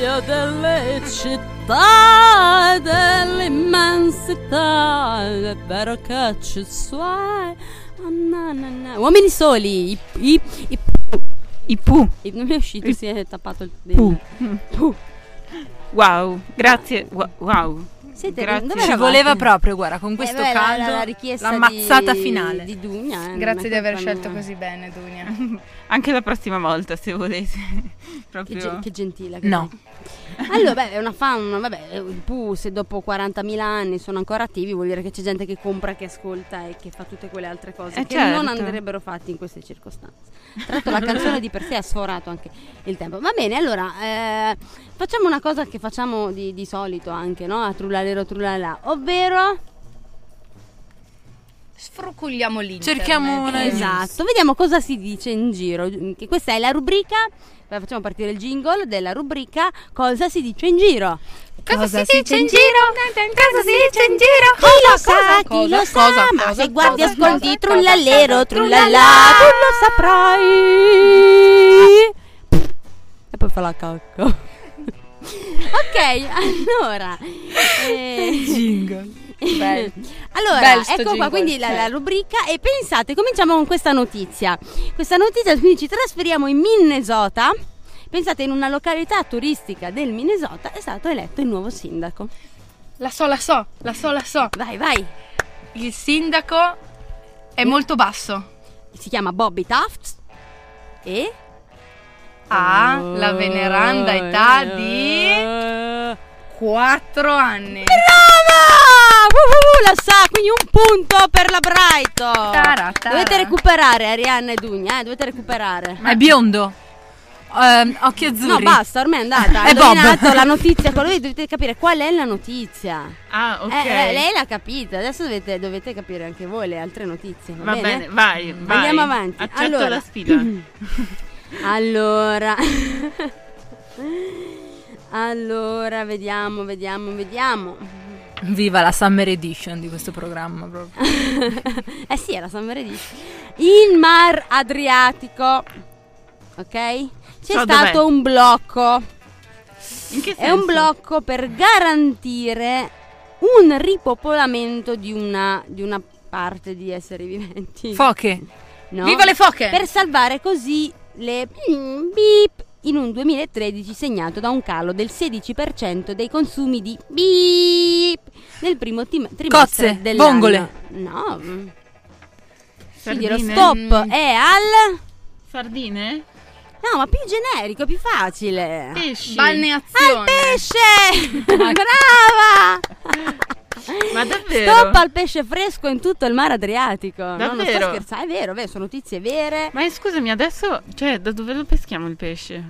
[SPEAKER 3] Io delle città, dell'immensità, è vero che ci suoi. Ah, na, na, na. Uomini soli, i, i, i
[SPEAKER 1] I Pooh.
[SPEAKER 3] e non mi è uscito, si è tappato il
[SPEAKER 1] Puh.
[SPEAKER 3] dente.
[SPEAKER 1] Wow, grazie. wa- Wow.
[SPEAKER 3] Siete
[SPEAKER 1] Grazie.
[SPEAKER 3] dove
[SPEAKER 1] Ci
[SPEAKER 4] Ci
[SPEAKER 3] eravate?
[SPEAKER 4] voleva proprio, guarda, con questo
[SPEAKER 3] Eh, beh, la-
[SPEAKER 4] caldo,
[SPEAKER 3] la-
[SPEAKER 4] la,
[SPEAKER 3] la richiesta
[SPEAKER 4] mazzata
[SPEAKER 3] di-
[SPEAKER 4] finale.
[SPEAKER 3] di Dugna, eh, non
[SPEAKER 2] Grazie
[SPEAKER 3] è
[SPEAKER 2] di aver
[SPEAKER 3] colpa
[SPEAKER 2] scelto
[SPEAKER 3] mia.
[SPEAKER 2] così bene, Dunia.
[SPEAKER 1] Anche la prossima volta, se volete.
[SPEAKER 3] Che,
[SPEAKER 1] Proprio.
[SPEAKER 3] gen- che gentile. che
[SPEAKER 4] No,
[SPEAKER 3] sei. Allora, beh, è una fan. Vabbè, il Pooh, se dopo 40.000 anni sono ancora attivi, vuol dire che c'è gente che compra, che ascolta e che fa tutte quelle altre cose
[SPEAKER 1] Eh,
[SPEAKER 3] che
[SPEAKER 1] certo.
[SPEAKER 3] non andrebbero fatte in queste circostanze. Tra l'altro, la canzone di per sé ha sforato anche il tempo. Va bene, allora, eh, facciamo una cosa che facciamo di, di solito anche, no? A trullalero trullalà, ovvero.
[SPEAKER 2] Sfruculiamo l'internet.
[SPEAKER 4] Cerchiamo una-
[SPEAKER 2] Eh,
[SPEAKER 3] Esatto, vediamo cosa si dice in giro. Che questa è la rubrica. Beh, Facciamo partire il jingle della rubrica Cosa si dice in giro?
[SPEAKER 2] Cosa,
[SPEAKER 4] Cosa
[SPEAKER 2] si
[SPEAKER 4] si
[SPEAKER 2] dice in
[SPEAKER 4] dice
[SPEAKER 2] giro? Cosa si dice in
[SPEAKER 3] Chi
[SPEAKER 2] giro?
[SPEAKER 3] lo sa, chi
[SPEAKER 2] cosa,
[SPEAKER 3] lo sa,
[SPEAKER 2] cosa,
[SPEAKER 3] ma
[SPEAKER 2] cosa,
[SPEAKER 3] se guardi
[SPEAKER 2] cosa,
[SPEAKER 3] ascolti
[SPEAKER 2] cosa,
[SPEAKER 3] trullallero,
[SPEAKER 2] cosa,
[SPEAKER 3] trullallà, tu lo saprai. E poi fa la cacca. ok, allora. eh,
[SPEAKER 2] Bel.
[SPEAKER 3] allora, ecco
[SPEAKER 2] Bel sto jingle, certo.
[SPEAKER 3] qua quindi la,
[SPEAKER 2] sì.
[SPEAKER 3] la rubrica e pensate, cominciamo con questa notizia. Questa notizia, quindi ci trasferiamo in Minnesota. Pensate, in una località turistica del Minnesota è stato eletto il nuovo sindaco.
[SPEAKER 2] La so, la so, la so, la so.
[SPEAKER 3] Vai, vai.
[SPEAKER 2] Il sindaco è molto basso.
[SPEAKER 3] Si chiama Bobby Taft e... Eh,
[SPEAKER 2] Ha Ah, la veneranda età di
[SPEAKER 3] Brava!
[SPEAKER 2] 4 anni.
[SPEAKER 3] Wuh, wuh, La sa, quindi un punto per la Brighton.
[SPEAKER 2] Tara, tara.
[SPEAKER 3] Dovete recuperare Arianna e Dugna, eh, dovete recuperare.
[SPEAKER 4] ma è biondo. Ehm, occhi azzurri.
[SPEAKER 3] No, basta, ormai è andata.
[SPEAKER 1] Eh,
[SPEAKER 3] Ha
[SPEAKER 4] È Bob.
[SPEAKER 3] indovinato la notizia, quello lì dovete capire qual è la notizia.
[SPEAKER 1] Ah, ok.
[SPEAKER 3] Eh, eh, lei l'ha capita, adesso dovete, dovete capire anche voi le altre notizie. Va,
[SPEAKER 1] Va bene, vai, vai.
[SPEAKER 3] Andiamo avanti.
[SPEAKER 1] Accetto
[SPEAKER 3] Allora.
[SPEAKER 1] la sfida.
[SPEAKER 3] Allora. allora, vediamo, vediamo, vediamo.
[SPEAKER 4] Viva la Summer Edition di questo programma proprio.
[SPEAKER 3] eh sì, è la San Meredith. Il Mar Adriatico. Ok? C'è
[SPEAKER 1] So dov'è.
[SPEAKER 3] stato un blocco.
[SPEAKER 1] In che senso?
[SPEAKER 3] È un blocco per garantire un ripopolamento di una, di una parte di esseri viventi.
[SPEAKER 4] Foche.
[SPEAKER 3] no?
[SPEAKER 2] Viva le foche!
[SPEAKER 3] Per salvare così le beep in un 2013 segnato da un calo del 16% dei consumi di beep nel primo tim- trimestre
[SPEAKER 4] Cozze,
[SPEAKER 3] dell'anno.
[SPEAKER 4] vongole.
[SPEAKER 3] No. Quindi
[SPEAKER 1] Sardine?
[SPEAKER 3] lo stop è al
[SPEAKER 1] Sardine?
[SPEAKER 3] No, ma più generico, più facile.
[SPEAKER 1] Pesci?
[SPEAKER 3] Al
[SPEAKER 2] Balneazione.
[SPEAKER 3] pesce! Brava!
[SPEAKER 1] Ma davvero?
[SPEAKER 3] Stop al pesce fresco in tutto il mare Adriatico. No, non sto
[SPEAKER 1] Davvero?
[SPEAKER 3] scherzando, è vero, è vero, sono notizie vere.
[SPEAKER 1] Ma eh, scusami, adesso, cioè, da dove lo peschiamo il pesce?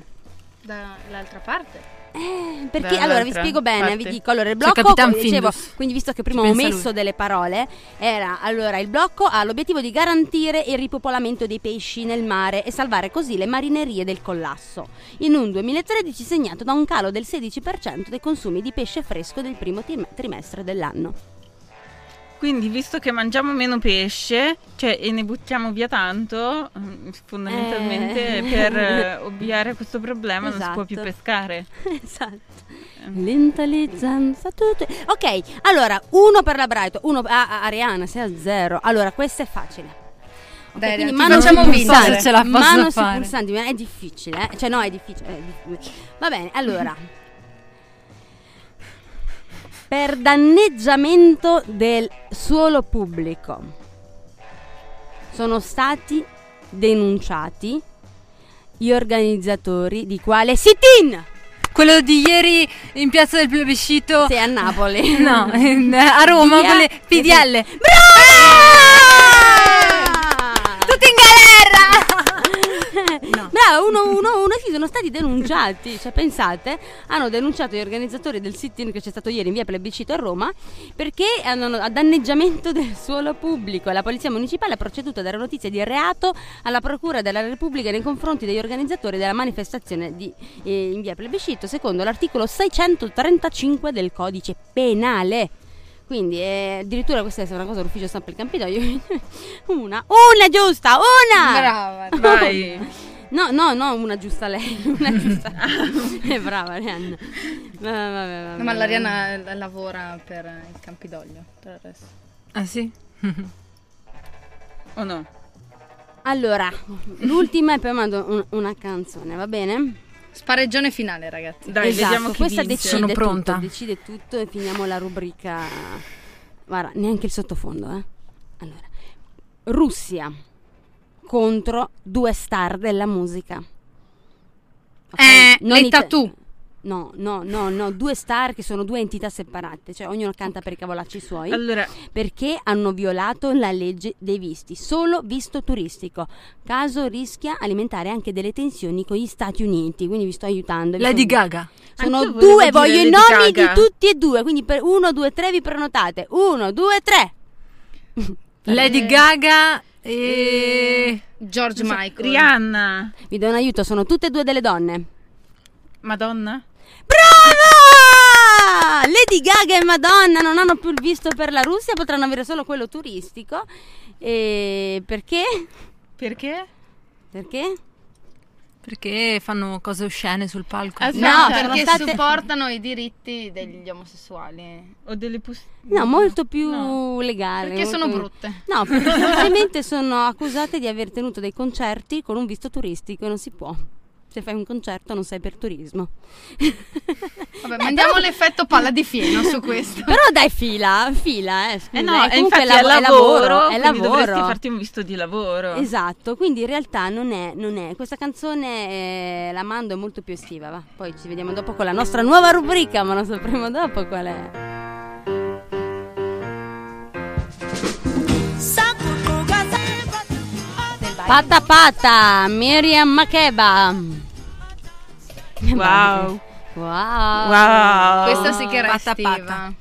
[SPEAKER 2] Dall'altra parte.
[SPEAKER 3] Eh, perché
[SPEAKER 1] Dall'altra
[SPEAKER 3] allora vi spiego bene,
[SPEAKER 1] parte.
[SPEAKER 3] vi dico allora il
[SPEAKER 4] Cioè,
[SPEAKER 3] blocco
[SPEAKER 4] Capitan
[SPEAKER 3] come dicevo,
[SPEAKER 4] Findus.
[SPEAKER 3] quindi visto che prima
[SPEAKER 4] Ci
[SPEAKER 3] ho
[SPEAKER 4] pensa
[SPEAKER 3] messo delle parole, era allora il blocco ha l'obiettivo di garantire il ripopolamento dei pesci nel mare e salvare così le marinerie del collasso. In un 2013 segnato da un calo del 16% dei consumi di pesce fresco del primo tim- trimestre dell'anno.
[SPEAKER 1] Quindi, visto che mangiamo meno pesce, cioè, e ne buttiamo via tanto, mm, fondamentalmente
[SPEAKER 3] Eh.
[SPEAKER 1] per eh, ovviare a questo problema non si
[SPEAKER 3] Esatto.
[SPEAKER 1] può più pescare. Eh.
[SPEAKER 3] esatto. L'intelligenza tutte. Ok, allora, uno per la Brighton, uno a, a- Ariana, sei a zero. Allora, questa è facile. Ok,
[SPEAKER 2] Dai,
[SPEAKER 3] quindi
[SPEAKER 2] Ariana, ti
[SPEAKER 3] mano
[SPEAKER 2] facciamo
[SPEAKER 3] sui
[SPEAKER 2] vincere.
[SPEAKER 3] pulsanti,
[SPEAKER 4] Non so se ce la posso
[SPEAKER 3] mano
[SPEAKER 4] fare.
[SPEAKER 3] sui pulsanti, ma è difficile, eh? Cioè no, è difficile, è difficile. Va bene, allora. per danneggiamento del suolo pubblico sono stati denunciati gli organizzatori di quale sit-in?
[SPEAKER 4] Quello di ieri in piazza del plebiscito.
[SPEAKER 3] Sei a Napoli.
[SPEAKER 4] No, in- a Roma
[SPEAKER 3] Via-
[SPEAKER 4] con le PDL.
[SPEAKER 3] Brava!
[SPEAKER 4] Eh! Tutti in galera!
[SPEAKER 3] eh, brava, uno, uno, uno, sì, sono stati denunciati. Cioè, pensate, hanno denunciato gli organizzatori del sit-in che c'è stato ieri in via Plebiscito a Roma perché hanno a danneggiamento del suolo pubblico. La polizia municipale ha proceduto a dare notizia di reato alla procura della Repubblica nei confronti degli organizzatori della manifestazione di, eh, in via Plebiscito, secondo l'articolo 635 del codice penale. Quindi eh, addirittura questa è una cosa dell'ufficio stampa del Campidoglio. una, una giusta, una!
[SPEAKER 2] Brava.
[SPEAKER 1] Vai.
[SPEAKER 3] No, no, no, una giusta lei, una giusta. è brava Arianna. Vabbè, vabbè, vabbè.
[SPEAKER 2] No, ma l'Ariana eh, lavora per eh, il Campidoglio, tra il resto.
[SPEAKER 4] Ah sì?
[SPEAKER 1] O no?
[SPEAKER 3] Allora, l'ultima e poi mando un- una canzone, va bene?
[SPEAKER 2] Spareggione finale, ragazzi.
[SPEAKER 1] Dai,
[SPEAKER 3] esatto,
[SPEAKER 1] vediamo chi
[SPEAKER 3] questa
[SPEAKER 1] vince.
[SPEAKER 3] decide
[SPEAKER 4] Sono
[SPEAKER 3] tutto,
[SPEAKER 4] pronta.
[SPEAKER 3] decide tutto e finiamo la rubrica. Guarda, neanche il sottofondo, eh. Allora, Russia contro due star della musica. Ok?
[SPEAKER 2] Eh,
[SPEAKER 3] Non
[SPEAKER 2] le
[SPEAKER 3] Ita-
[SPEAKER 2] Tattoo.
[SPEAKER 3] No, no, no, no, due star che sono due entità separate, cioè ognuno canta per i cavolacci suoi
[SPEAKER 1] Allora,
[SPEAKER 3] perché hanno violato la legge dei visti, solo visto turistico. Caso rischia alimentare anche delle tensioni con gli Stati Uniti, quindi vi sto aiutando. Vi
[SPEAKER 4] Lady
[SPEAKER 3] sto-
[SPEAKER 4] Gaga.
[SPEAKER 3] Sono
[SPEAKER 1] Anch'io volevo
[SPEAKER 3] due,
[SPEAKER 1] dire
[SPEAKER 3] voglio i
[SPEAKER 1] Lady
[SPEAKER 3] nomi
[SPEAKER 1] Gaga.
[SPEAKER 3] di tutti e due, quindi per uno, due, tre vi prenotate. Uno, due, tre.
[SPEAKER 4] Lady Gaga e...
[SPEAKER 2] George Michael.
[SPEAKER 1] Rihanna.
[SPEAKER 3] Vi do un aiuto, sono tutte e due delle donne.
[SPEAKER 1] Madonna?
[SPEAKER 3] Brava! Lady Gaga e Madonna non hanno più il visto per la Russia, potranno avere solo quello turistico. E perché?
[SPEAKER 1] Perché?
[SPEAKER 3] Perché?
[SPEAKER 4] Perché fanno cose oscene sul palco.
[SPEAKER 1] As-
[SPEAKER 2] Ecco. No,
[SPEAKER 1] Esatto,
[SPEAKER 2] perché
[SPEAKER 3] sono state-
[SPEAKER 2] supportano i diritti degli omosessuali.
[SPEAKER 1] O delle pus- Mm.
[SPEAKER 3] No, molto più
[SPEAKER 1] No.
[SPEAKER 3] legale.
[SPEAKER 2] Mm. Perché sono
[SPEAKER 3] molto-
[SPEAKER 2] brutte.
[SPEAKER 3] No, perché semplicemente sono accusate di aver tenuto dei concerti con un visto turistico e non si può. Se fai un concerto non sei per turismo.
[SPEAKER 2] Vabbè,
[SPEAKER 3] Beh,
[SPEAKER 2] mandiamo
[SPEAKER 3] però-
[SPEAKER 2] l'effetto palla di fieno su questo.
[SPEAKER 3] Però dai fila, fila, eh. Scusa,
[SPEAKER 1] Eh no,
[SPEAKER 3] eh,
[SPEAKER 1] e
[SPEAKER 3] comunque
[SPEAKER 1] infatti
[SPEAKER 3] è,
[SPEAKER 1] è,
[SPEAKER 3] lavo- è
[SPEAKER 1] lavoro,
[SPEAKER 3] lavoro, è
[SPEAKER 1] quindi
[SPEAKER 3] lavoro.
[SPEAKER 1] dovresti farti un visto di lavoro.
[SPEAKER 3] Esatto, quindi in realtà non è, non è. Questa canzone eh, la mando è molto più estiva, va. Poi ci vediamo dopo con la nostra nuova rubrica, ma lo sapremo dopo qual è.
[SPEAKER 5] パ
[SPEAKER 3] Pata pata, Miriam Makeba.
[SPEAKER 1] Wow.
[SPEAKER 3] Wow. Oh,
[SPEAKER 1] Wow.
[SPEAKER 2] Questa sì che era
[SPEAKER 4] Patta,
[SPEAKER 2] estiva.
[SPEAKER 4] patta.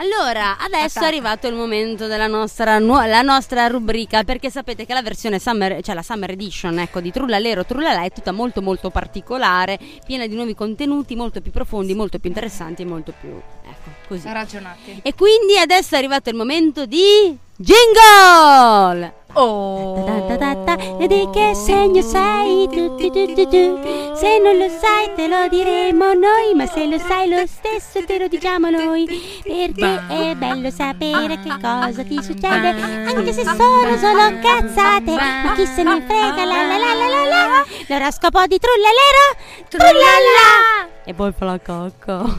[SPEAKER 3] Allora, adesso
[SPEAKER 2] Patata.
[SPEAKER 3] è arrivato il momento della nostra, nuo- la nostra rubrica, perché sapete che la versione summer, cioè la summer edition, ecco, di Trullalero Trullalà è tutta molto molto particolare, piena di nuovi contenuti, molto più profondi, molto più interessanti e molto più, ecco, così.
[SPEAKER 2] Ragionati.
[SPEAKER 3] E quindi adesso è arrivato il momento di Jingle! Ta ta ta ta, Oh. e di che segno sei? Tu, tu, tu, tu, tu. Se non lo sai te lo diremo noi, ma se lo sai lo stesso te lo diciamo noi. Perché è bello sapere che cosa ti succede, anche se sono solo cazzate. Ma chi se ne frega la la la la la la. L'oroscopo di Trullalero, Trullalla! E poi la cocco.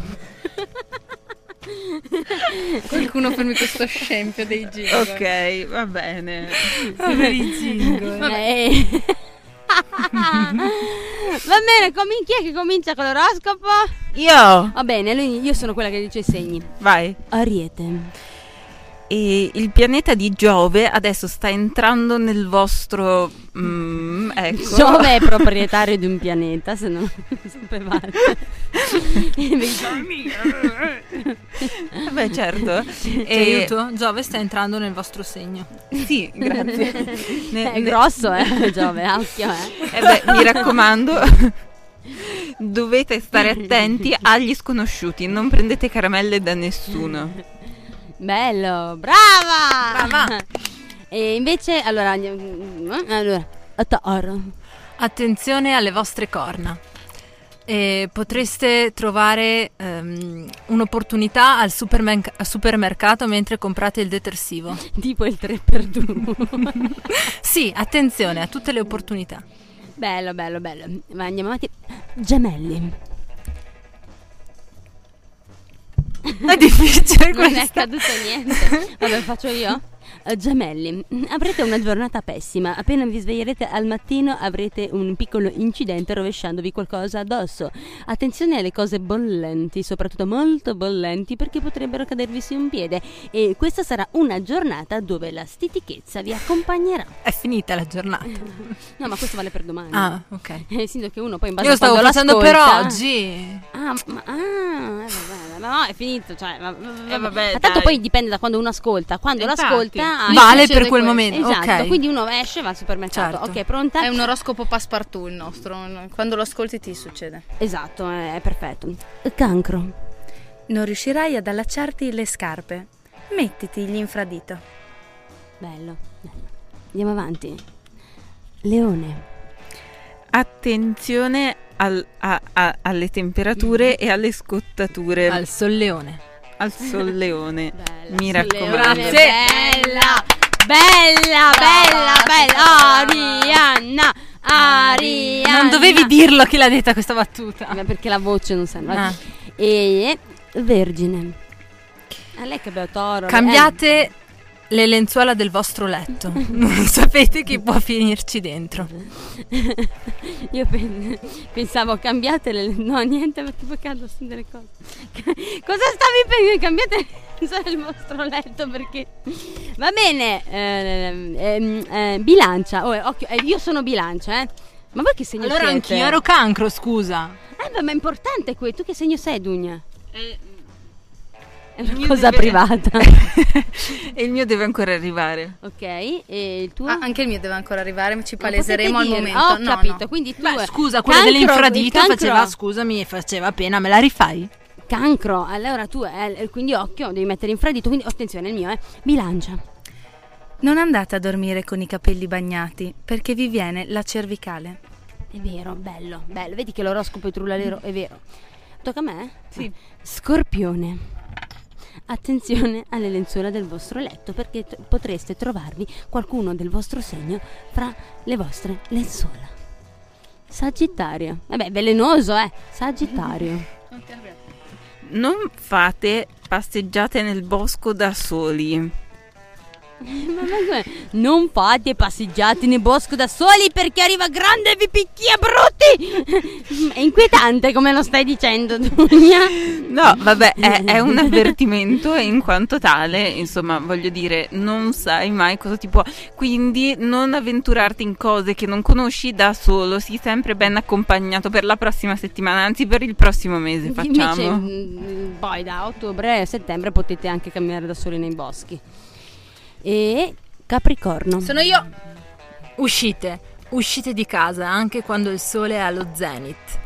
[SPEAKER 2] Qualcuno fermi questo scempio dei giri.
[SPEAKER 3] Esatto.
[SPEAKER 1] Ok, va bene.
[SPEAKER 3] Eh. Va bene, comin- chi è che comincia con l'oroscopo?
[SPEAKER 1] Io,
[SPEAKER 3] Va bene, lui- io sono quella che dice i segni.
[SPEAKER 1] vai.
[SPEAKER 3] Ariete.
[SPEAKER 1] E il pianeta di Giove adesso sta entrando nel vostro... mm, ecco.
[SPEAKER 3] Giove Cioè, è proprietario di un pianeta, se non lo sapevate.
[SPEAKER 1] Beh, certo.
[SPEAKER 4] Ti aiuto? Cioè, Giove sta entrando nel vostro segno.
[SPEAKER 1] Sì, grazie. Ne-
[SPEAKER 3] è
[SPEAKER 1] ne-
[SPEAKER 3] grosso, eh, Giove, occhio, eh.
[SPEAKER 1] Eh beh, mi raccomando, dovete stare attenti agli sconosciuti, non prendete caramelle da nessuno.
[SPEAKER 3] Bello, brava! E invece, allora, eh, allora, a Toro.
[SPEAKER 4] Attenzione alle vostre corna. Eh, potreste trovare ehm, un'opportunità al, supermen- al supermercato mentre comprate il detersivo.
[SPEAKER 3] tipo il 3x2.
[SPEAKER 4] Sì, attenzione a tutte le opportunità.
[SPEAKER 3] bello, bello, bello. Vai, andiamo avanti. Gemelli.
[SPEAKER 4] È difficile
[SPEAKER 3] Non è
[SPEAKER 4] questa.
[SPEAKER 3] accaduto niente. Vabbè, faccio io. Eh, Gemelli, avrete una giornata pessima. Appena vi sveglierete al mattino avrete un piccolo incidente rovesciandovi qualcosa addosso. Attenzione alle cose bollenti, soprattutto molto bollenti, perché potrebbero cadervi su un piede. E questa sarà una giornata dove la stitichezza vi accompagnerà.
[SPEAKER 4] È finita la giornata.
[SPEAKER 3] No, ma questo vale per domani.
[SPEAKER 4] Ah, ok.
[SPEAKER 3] Eh, sì, che uno poi in base
[SPEAKER 4] Io
[SPEAKER 3] a
[SPEAKER 4] stavo
[SPEAKER 3] quando
[SPEAKER 4] facendo per
[SPEAKER 3] l'ascolta-
[SPEAKER 4] oggi.
[SPEAKER 3] Ah, ma ah, eh, vabbè, no, no, è finito. Cioè, ma,
[SPEAKER 1] Eh, vabbè,
[SPEAKER 3] ma tanto
[SPEAKER 1] dai.
[SPEAKER 3] poi dipende da quando uno ascolta. Quando
[SPEAKER 1] Infatti.
[SPEAKER 3] l'ascolta, ah,
[SPEAKER 4] vale
[SPEAKER 2] succede
[SPEAKER 4] per quel
[SPEAKER 2] questo.
[SPEAKER 4] momento.
[SPEAKER 3] esatto.
[SPEAKER 4] ok.
[SPEAKER 3] Quindi uno esce e va al supermercato.
[SPEAKER 4] Certo.
[SPEAKER 3] Ok, pronta?
[SPEAKER 2] È un oroscopo passepartout il nostro. Quando lo ascolti ti succede.
[SPEAKER 3] Esatto, è, è perfetto. Cancro.
[SPEAKER 2] Non riuscirai ad allacciarti le scarpe. Mettiti gli infradito.
[SPEAKER 3] Bello. bello. Andiamo avanti. Leone.
[SPEAKER 1] Attenzione al- a- a- alle temperature e alle scottature
[SPEAKER 4] Al solleone.
[SPEAKER 1] al solleone.
[SPEAKER 3] Bella,
[SPEAKER 1] Mi
[SPEAKER 3] sì,
[SPEAKER 1] raccomando.
[SPEAKER 3] Leone,
[SPEAKER 4] Grazie.
[SPEAKER 3] Bella, bella, bella, bella. Arianna, Arianna.
[SPEAKER 4] Non dovevi dirlo chi l'ha detta questa battuta.
[SPEAKER 3] Ma perché la voce non sembra.
[SPEAKER 4] Ah.
[SPEAKER 3] e vergine. A lei che bello toro.
[SPEAKER 4] eh. Cambiate le lenzuola del vostro letto. Non sapete chi può finirci dentro.
[SPEAKER 3] eh. Io pen- pensavo cambiate le... No, niente, perché poi cadono su delle cose. Cosa stavi pensando? Cambiate le lenzuola del vostro letto perché... Va bene, ehm, ehm, eh, bilancia. Oh, eh, occhio, eh, io sono bilancia, eh. Ma voi che segno
[SPEAKER 4] Allora
[SPEAKER 3] siete?
[SPEAKER 4] anch'io ero cancro, scusa.
[SPEAKER 3] Eh, beh, ma è importante qui. Tu che segno sei, Dugna?
[SPEAKER 1] Eh,
[SPEAKER 3] È una
[SPEAKER 1] Io
[SPEAKER 3] cosa
[SPEAKER 1] deve-
[SPEAKER 3] privata.
[SPEAKER 1] e il mio deve ancora arrivare.
[SPEAKER 3] ok, e il tuo?
[SPEAKER 2] Ah, anche il mio deve ancora arrivare, ma ci
[SPEAKER 3] Ma
[SPEAKER 2] paleseremo al
[SPEAKER 3] potete dire-
[SPEAKER 2] momento.
[SPEAKER 3] Ho
[SPEAKER 2] No,
[SPEAKER 3] capito,
[SPEAKER 2] no.
[SPEAKER 3] quindi tu
[SPEAKER 4] Beh, scusa, quella
[SPEAKER 3] cancro-
[SPEAKER 4] dell'infradito
[SPEAKER 3] il cancro-
[SPEAKER 4] faceva, scusami, faceva pena, me la rifai?
[SPEAKER 3] cancro, allora tu eh, quindi occhio, devi mettere infradito, quindi attenzione il mio, eh. Bilancia.
[SPEAKER 5] Non andate a dormire con i capelli bagnati perché vi viene la cervicale.
[SPEAKER 3] È vero, bello, bello. Vedi che l'oroscopo è trullalero, è vero. Tocca a me? Ah.
[SPEAKER 1] Sì.
[SPEAKER 3] Scorpione. Attenzione alle lenzuola del vostro letto perché t- potreste trovarvi qualcuno del vostro segno fra le vostre lenzuola. Sagittario. Vabbè, velenoso, eh. Sagittario.
[SPEAKER 1] Non fate passeggiate nel bosco da soli.
[SPEAKER 3] Ma- ma come? Non fate passeggiate nel bosco da soli perché arriva grande e vi picchia brutti! È inquietante come lo stai dicendo, Dunia.
[SPEAKER 1] No, vabbè, è, è un avvertimento e in quanto tale, insomma, voglio dire, non sai mai cosa ti può. Quindi non avventurarti in cose che non conosci da solo, sii sempre ben accompagnato per la prossima settimana, anzi per il prossimo mese facciamo.
[SPEAKER 3] Invece, mm, poi da ottobre a settembre potete anche camminare da soli nei boschi. E Capricorno.
[SPEAKER 2] Sono io.
[SPEAKER 4] Uscite, uscite di casa anche quando il sole è allo zenith.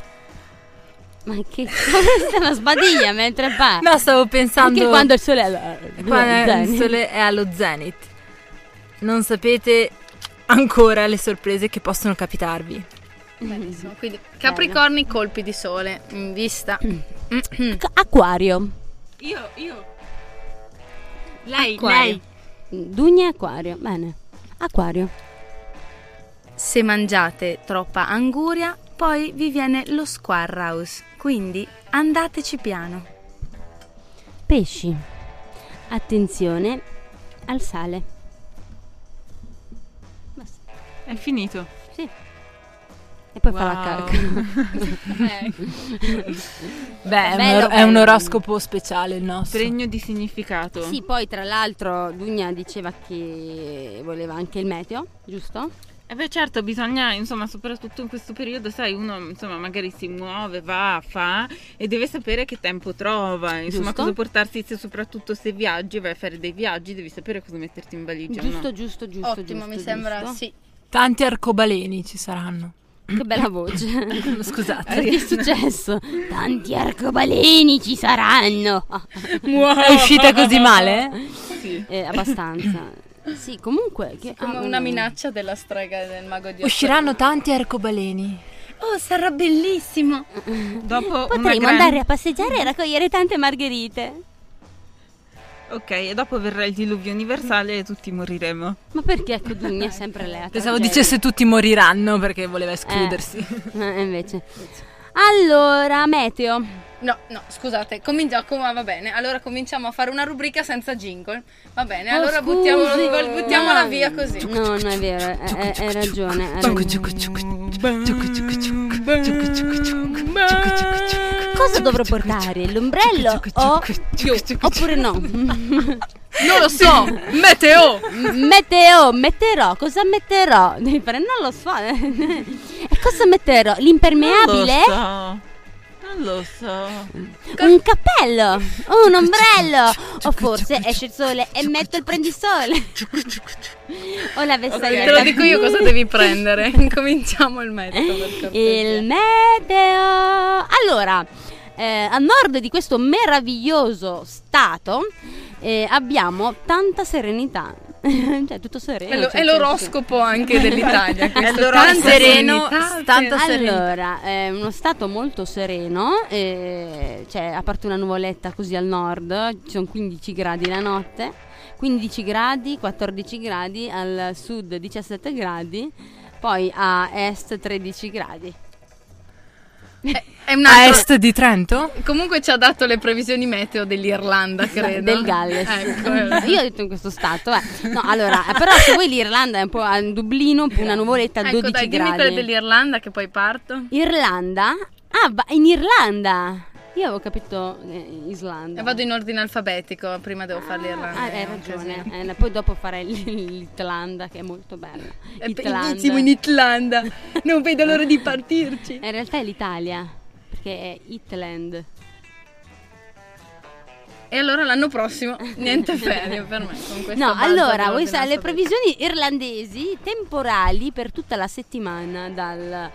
[SPEAKER 3] Ma che cosa? Una sbadiglia mentre fa.
[SPEAKER 4] No, stavo pensando
[SPEAKER 3] Anche quando il sole è eh, alla-
[SPEAKER 4] quando il
[SPEAKER 3] Zen.
[SPEAKER 4] sole è allo zenith. Non sapete ancora le sorprese che possono capitarvi.
[SPEAKER 3] Esatto.
[SPEAKER 2] Benissimo. Quindi Capricorni, colpi di sole in vista. Mm.
[SPEAKER 3] Acquario.
[SPEAKER 1] Io, io.
[SPEAKER 4] Lei,
[SPEAKER 2] Acquario. lei.
[SPEAKER 3] Dugna e Acquario. Bene. Acquario.
[SPEAKER 5] Se mangiate troppa anguria, poi vi viene lo squarraus. Quindi andateci piano.
[SPEAKER 3] Pesci, attenzione al sale. Basta.
[SPEAKER 1] È finito.
[SPEAKER 3] Sì. E poi fa la
[SPEAKER 1] Wow.
[SPEAKER 3] cacca.
[SPEAKER 4] Beh, è,
[SPEAKER 3] Bello,
[SPEAKER 4] un, è un
[SPEAKER 3] bello.
[SPEAKER 4] oroscopo speciale il nostro.
[SPEAKER 1] Pregno di significato.
[SPEAKER 3] Sì, poi tra l'altro Dugna diceva che voleva anche il meteo, giusto?
[SPEAKER 1] E beh certo, bisogna, insomma, soprattutto in questo periodo, sai, uno insomma magari si muove, va, fa e deve sapere che tempo trova, insomma
[SPEAKER 3] Giusto.
[SPEAKER 1] cosa portarsi, se, soprattutto se viaggi, vai a fare dei viaggi, devi sapere cosa metterti in valigia. o
[SPEAKER 3] Giusto,
[SPEAKER 1] No?
[SPEAKER 3] giusto, giusto.
[SPEAKER 2] Ottimo,
[SPEAKER 3] giusto,
[SPEAKER 2] mi sembra
[SPEAKER 3] giusto.
[SPEAKER 2] sì.
[SPEAKER 4] Tanti arcobaleni ci saranno.
[SPEAKER 3] Che bella voce.
[SPEAKER 4] Scusate.
[SPEAKER 3] Che è successo? Tanti arcobaleni ci saranno.
[SPEAKER 4] È uscita così male?
[SPEAKER 1] Sì.
[SPEAKER 3] Eh, abbastanza. Sì, comunque. Che,
[SPEAKER 2] Come
[SPEAKER 3] ah,
[SPEAKER 2] una
[SPEAKER 3] mm.
[SPEAKER 2] minaccia della strega del mago di Oz.
[SPEAKER 4] Usciranno tanti arcobaleni.
[SPEAKER 5] Oh, sarà bellissimo!
[SPEAKER 1] Dopo una
[SPEAKER 3] Potremmo
[SPEAKER 1] gran-
[SPEAKER 3] andare a passeggiare e raccogliere tante margherite.
[SPEAKER 1] Ok, e dopo verrà il diluvio universale e tutti moriremo.
[SPEAKER 3] Ma perché ecco Dugna è sempre lei? a
[SPEAKER 4] Pensavo
[SPEAKER 3] tragedia.
[SPEAKER 4] dicesse tutti moriranno perché voleva escludersi.
[SPEAKER 3] Eh, invece. Allora, meteo.
[SPEAKER 2] No, no, scusate, comincia- com- va bene. Allora cominciamo a fare una rubrica senza jingle. Va bene,
[SPEAKER 3] Oh,
[SPEAKER 2] allora
[SPEAKER 3] scusi.
[SPEAKER 2] buttiamo, buttiamola via così.
[SPEAKER 3] No, non è vero, eh, eh, hai ragione. hai ragione. Cosa dovrò portare? L'ombrello o... oppure no?
[SPEAKER 2] Non lo so, meteo.
[SPEAKER 3] Meteo, metterò, cosa metterò? Devi fare- Non lo so. E cosa metterò? L'impermeabile?
[SPEAKER 1] Non lo so. Non lo so.
[SPEAKER 3] Un cappello? Un ombrello? O forse esce il sole e metto il prendisole? O la vestaglia
[SPEAKER 2] Te lo dico io cosa devi prendere. Cominciamo il metodo. per cortesia.
[SPEAKER 3] Il meteo. Allora, eh, a nord di questo meraviglioso stato eh, abbiamo tanta serenità. cioè, tutto sereno.
[SPEAKER 2] È, lo-
[SPEAKER 3] cioè,
[SPEAKER 2] è l'oroscopo anche dell'Italia. questo.
[SPEAKER 4] Tan
[SPEAKER 2] Tanta
[SPEAKER 4] sereno,
[SPEAKER 2] serenità.
[SPEAKER 4] tanta serenità.
[SPEAKER 3] Allora, è uno stato molto sereno, eh, cioè a parte una nuvoletta così al nord, ci sono 15 gradi la notte, 15 gradi, 14 gradi, al sud 17 gradi, poi a est 13 gradi. eh,
[SPEAKER 2] È
[SPEAKER 3] Ah,
[SPEAKER 2] un
[SPEAKER 4] A
[SPEAKER 2] altro-
[SPEAKER 4] est di Trento?
[SPEAKER 2] Comunque ci ha dato le previsioni meteo dell'Irlanda, credo.
[SPEAKER 3] Del Galles.
[SPEAKER 2] Ecco.
[SPEAKER 3] Io ho detto in questo stato, eh. No, allora, però se voi l'Irlanda è un po' a Dublino, una nuvoletta a 12
[SPEAKER 2] ecco, dai, dimmi
[SPEAKER 3] gradi.
[SPEAKER 2] quelle dell'Irlanda che poi parto.
[SPEAKER 3] Irlanda? Ah, va in Irlanda. Io avevo capito eh, Islanda.
[SPEAKER 2] E vado in ordine alfabetico, prima devo fare l'Irlanda.
[SPEAKER 3] Ah, hai
[SPEAKER 2] è un casino.
[SPEAKER 3] ragione. Eh, poi dopo farei l- l'Itlanda, che è molto bella.
[SPEAKER 2] È
[SPEAKER 3] Itlanda.
[SPEAKER 2] bellissimo in Itlanda. Non vedo l'ora di partirci.
[SPEAKER 3] Eh, In realtà è l'Italia, perché è Itland.
[SPEAKER 2] E allora l'anno prossimo niente ferie per me. Con questo
[SPEAKER 3] No,
[SPEAKER 2] balzo
[SPEAKER 3] allora, voi
[SPEAKER 2] dell'ordine
[SPEAKER 3] sa- le
[SPEAKER 2] alfabetico.
[SPEAKER 3] previsioni irlandesi temporali per tutta la settimana dal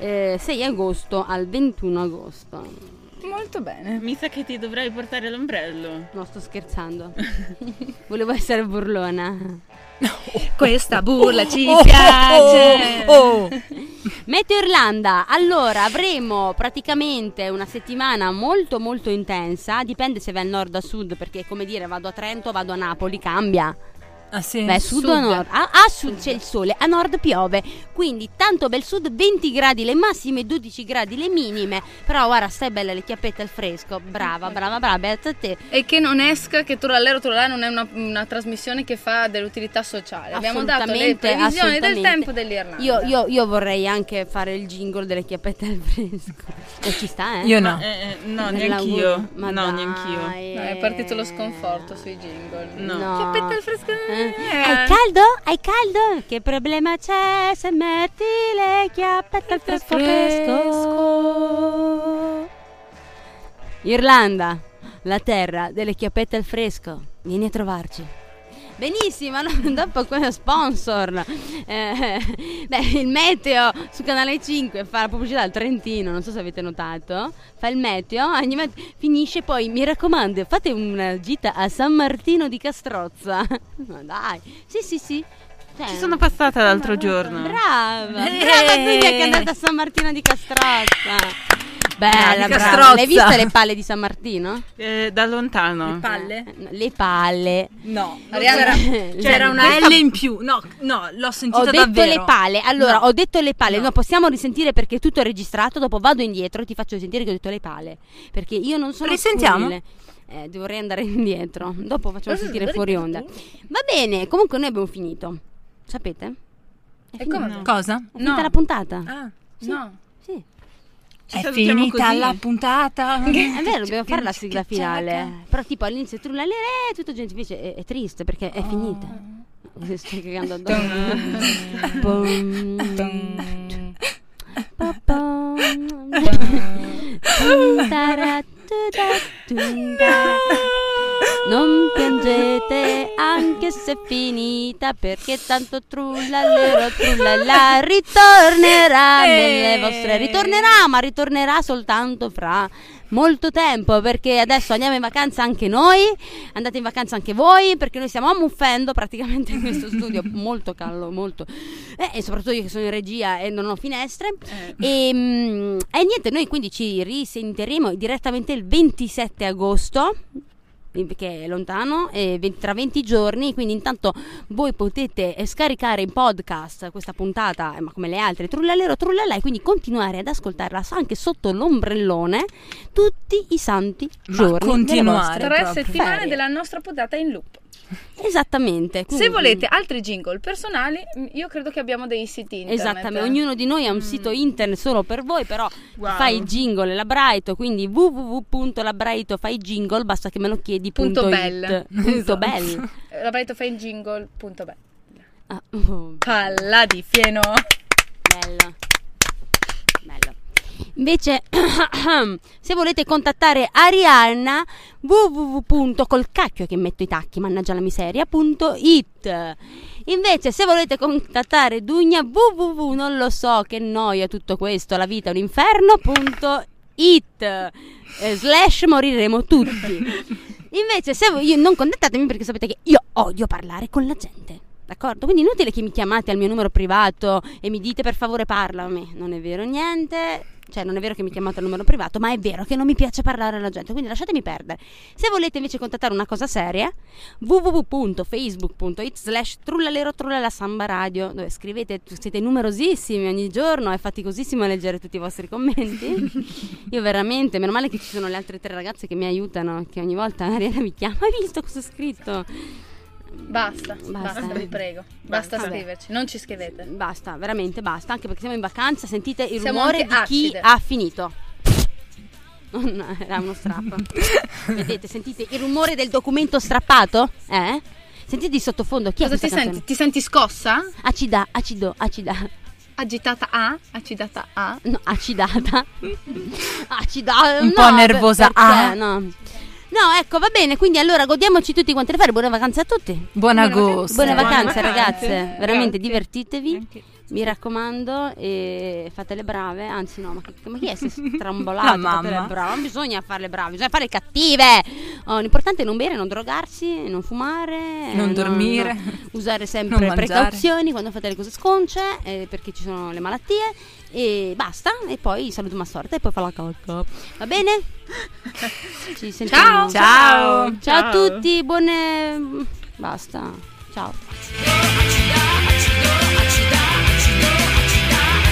[SPEAKER 3] eh, 6 agosto al 21 agosto.
[SPEAKER 2] Molto bene.
[SPEAKER 1] Mi sa che ti dovrai portare l'ombrello.
[SPEAKER 3] No, sto scherzando. Volevo essere burlona.
[SPEAKER 5] Questa burla ci
[SPEAKER 4] Oh, oh,
[SPEAKER 5] piace.
[SPEAKER 4] oh, oh.
[SPEAKER 3] Meteo Irlanda, allora avremo praticamente una settimana molto molto intensa, dipende se vai al nord o a sud, perché come dire vado a Trento o vado a Napoli, cambia.
[SPEAKER 4] Ah, sì.
[SPEAKER 3] Beh, sud, o nord? A, a sud, c'è il sole, a nord piove, quindi tanto bel sud, 20 gradi le massime, 12 gradi le minime, però guarda, stai bella le chiappette al fresco, brava, brava, brava, beata te.
[SPEAKER 2] E che non esca, che Turallero Turallà non è una, una trasmissione che fa dell'utilità sociale. Abbiamo dato le
[SPEAKER 3] Assolutamente,
[SPEAKER 2] previsioni del
[SPEAKER 3] assolutamente.
[SPEAKER 2] tempo dell'Irlanda.
[SPEAKER 3] Io, io- io vorrei anche fare il jingle delle chiappette al fresco. E ci sta, eh?
[SPEAKER 4] Io
[SPEAKER 1] Ma,
[SPEAKER 4] no.
[SPEAKER 1] eh, eh, no,
[SPEAKER 3] Per
[SPEAKER 1] neanch'io.
[SPEAKER 3] l'augurio. Ma
[SPEAKER 1] No,
[SPEAKER 3] dai. Eh.
[SPEAKER 1] neanch'io.
[SPEAKER 2] No, è partito lo sconforto sui jingle.
[SPEAKER 1] No.
[SPEAKER 2] Chiappette al fresco.
[SPEAKER 3] Eh. Hai caldo? Hai caldo? Che problema c'è se metti le chiappette al fresco fresco? Irlanda, la terra delle chiappette al fresco. Vieni a trovarci. Benissimo, no? dopo quello sponsor. Eh, beh, il meteo su Canale 5 fa la pubblicità al Trentino, non so se avete notato. Fa il meteo, ogni mat- finisce poi, mi raccomando, fate una gita a San Martino di Castrozza. Ma dai, sì sì sì. Cioè,
[SPEAKER 1] Ci sono passata l'altro giorno.
[SPEAKER 3] Brava, brava
[SPEAKER 4] Eh.
[SPEAKER 3] Giulia che è andata a San Martino di Castrozza. Bella,
[SPEAKER 4] Di
[SPEAKER 3] brava.
[SPEAKER 4] Castrozza.
[SPEAKER 3] L'hai vista le palle di San Martino?
[SPEAKER 1] Eh, da lontano.
[SPEAKER 2] Palle?
[SPEAKER 3] Eh, no, Le palle.
[SPEAKER 2] No.
[SPEAKER 4] C'era, c'era una L in più. No, no, l'ho sentita
[SPEAKER 3] Ho detto
[SPEAKER 4] davvero.
[SPEAKER 3] le pale, allora
[SPEAKER 4] No.
[SPEAKER 3] ho detto le pale,
[SPEAKER 4] No.
[SPEAKER 3] no. possiamo risentire perché è tutto registrato, dopo vado indietro e ti faccio sentire che ho detto le pale, perché io non sono
[SPEAKER 4] Risentiamo? Ah,
[SPEAKER 3] scurrile. Eh, dovrei andare indietro, dopo facciamo sentire fuori onda. Va bene, comunque noi abbiamo finito, sapete? È
[SPEAKER 2] E come?
[SPEAKER 1] No.
[SPEAKER 4] Cosa?
[SPEAKER 3] È finita
[SPEAKER 2] No.
[SPEAKER 3] la puntata?
[SPEAKER 4] Ah.
[SPEAKER 2] No.
[SPEAKER 3] Sì.
[SPEAKER 1] Ci salutiamo così.
[SPEAKER 4] puntata.
[SPEAKER 3] Eh, È vero, dobbiamo fare la sigla finale. Però tipo all'inizio tu la lerè, tutto gente invece è, è triste perché è finita. Sto cagando addosso. Pom. Pa pom. Tuntara, tuta, tunta. Non piangete anche se è finita perché tanto trullalero trullala ritornerà nelle vostre ritornerà ma ritornerà soltanto fra molto tempo perché adesso andiamo in vacanza anche noi andate in vacanza anche voi perché noi stiamo ammuffendo praticamente in questo studio molto caldo molto eh, e soprattutto io che sono in regia e non ho finestre Ehm, e, mm, e niente noi quindi ci risenteremo direttamente il 27 agosto eh, che è lontano, eh, ve- tra 20 giorni, quindi intanto voi potete eh, scaricare in podcast questa puntata, eh, ma come le altre, trullalero trullala, e quindi continuare ad ascoltarla s- anche sotto l'ombrellone tutti i santi
[SPEAKER 4] Ma
[SPEAKER 3] giorni. delle
[SPEAKER 4] continuare.
[SPEAKER 3] vostre-
[SPEAKER 4] Tre
[SPEAKER 5] Tre
[SPEAKER 4] proprio.
[SPEAKER 5] settimane
[SPEAKER 3] Ferie.
[SPEAKER 5] della nostra puntata in loop.
[SPEAKER 3] Mm, Esattamente. quindi-
[SPEAKER 5] Se volete altri jingle personali, mh, io credo che abbiamo dei siti internet. Mm.
[SPEAKER 3] Esattamente, ognuno di noi ha un sito internet solo per voi, però
[SPEAKER 1] Wow.
[SPEAKER 3] fai il jingle e labraito, quindi www.labraito fai jingle, basta che me lo chiedi.
[SPEAKER 5] Punto
[SPEAKER 3] punto
[SPEAKER 5] bell.
[SPEAKER 3] it, Punto
[SPEAKER 4] Esatto.
[SPEAKER 3] bell.
[SPEAKER 5] Eh, La Bright Fine Jingle, punto beh.
[SPEAKER 3] Ah, oh,
[SPEAKER 5] Palla di fieno.
[SPEAKER 3] bello. Bello. Invece, se volete contattare Arianna, www. col cacchio che metto i tacchi, mannaggia la miseria, punto it. Invece, se volete contattare Dugna, www. non lo so, che noia tutto questo, la vita è un inferno, punto it. Eh, slash moriremo tutti. Invece, se voi- io- non contattatemi perché sapete che io odio parlare con la gente. D'accordo? Quindi inutile che mi chiamate al mio numero privato e mi dite per favore parla a me. Non è vero niente. Cioè, non è vero che mi chiamate al numero privato, ma è vero che non mi piace parlare alla gente. Quindi lasciatemi perdere. Se volete invece contattare una cosa seria, www.facebook.it slash trullalero trullala samba radio, dove scrivete, siete numerosissimi ogni giorno, è faticosissimo leggere tutti i vostri commenti. Io veramente, meno male che ci sono le altre tre ragazze che mi aiutano, che ogni volta Ariana mi chiama, hai visto cosa ho scritto?
[SPEAKER 5] Basta, basta,
[SPEAKER 3] Basta.
[SPEAKER 5] vi prego. Basta
[SPEAKER 3] Vabbè.
[SPEAKER 5] scriverci, non ci scrivete.
[SPEAKER 3] Basta, veramente basta, anche perché siamo in vacanza, sentite il
[SPEAKER 5] Siamo
[SPEAKER 3] rumore di
[SPEAKER 5] anche
[SPEAKER 3] chi
[SPEAKER 5] acide.
[SPEAKER 3] ha finito. Oh no, era uno strappo. Vedete, sentite il rumore del documento strappato? Eh? Sentite di sottofondo chi
[SPEAKER 5] Cosa
[SPEAKER 3] è questa
[SPEAKER 5] ti
[SPEAKER 3] canzone?
[SPEAKER 5] senti? Ti senti scossa?
[SPEAKER 3] Acida, acido, acida.
[SPEAKER 5] Agitata A? Acidata A?
[SPEAKER 3] No, acidata. Acida,
[SPEAKER 4] Un
[SPEAKER 3] no,
[SPEAKER 4] po'
[SPEAKER 3] per-
[SPEAKER 4] nervosa,
[SPEAKER 3] perché
[SPEAKER 4] ah.
[SPEAKER 3] no. No, ecco, va bene, quindi allora godiamoci tutti quanti le ferie, buone vacanze a tutti.
[SPEAKER 4] Buona
[SPEAKER 5] Buone vacanze.
[SPEAKER 4] agosto.
[SPEAKER 3] Buone
[SPEAKER 1] Buone
[SPEAKER 3] vacanze
[SPEAKER 1] vacanze.
[SPEAKER 3] ragazze, veramente
[SPEAKER 1] Grazie.
[SPEAKER 3] divertitevi.
[SPEAKER 1] Anche-
[SPEAKER 3] Mi raccomando, e fate le brave, anzi no, ma, che- ma chi è se
[SPEAKER 4] La
[SPEAKER 3] strambolate?
[SPEAKER 4] mamma.
[SPEAKER 3] Fate le brave, non bisogna fare le brave, bisogna fare le cattive. Oh, l'importante è non bere, non drogarsi, non fumare, eh,
[SPEAKER 4] Non dormire.
[SPEAKER 3] usare
[SPEAKER 4] Non
[SPEAKER 3] sempre
[SPEAKER 4] mangiare.
[SPEAKER 3] precauzioni quando fate le cose sconce, eh, perché ci sono le malattie e basta. E poi saluto una sorte e poi fa la calca. Va bene? Ci sentiamo.
[SPEAKER 4] Ciao.
[SPEAKER 3] Ciao a tutti, buone... basta. Ciao.
[SPEAKER 6] Go, Achi,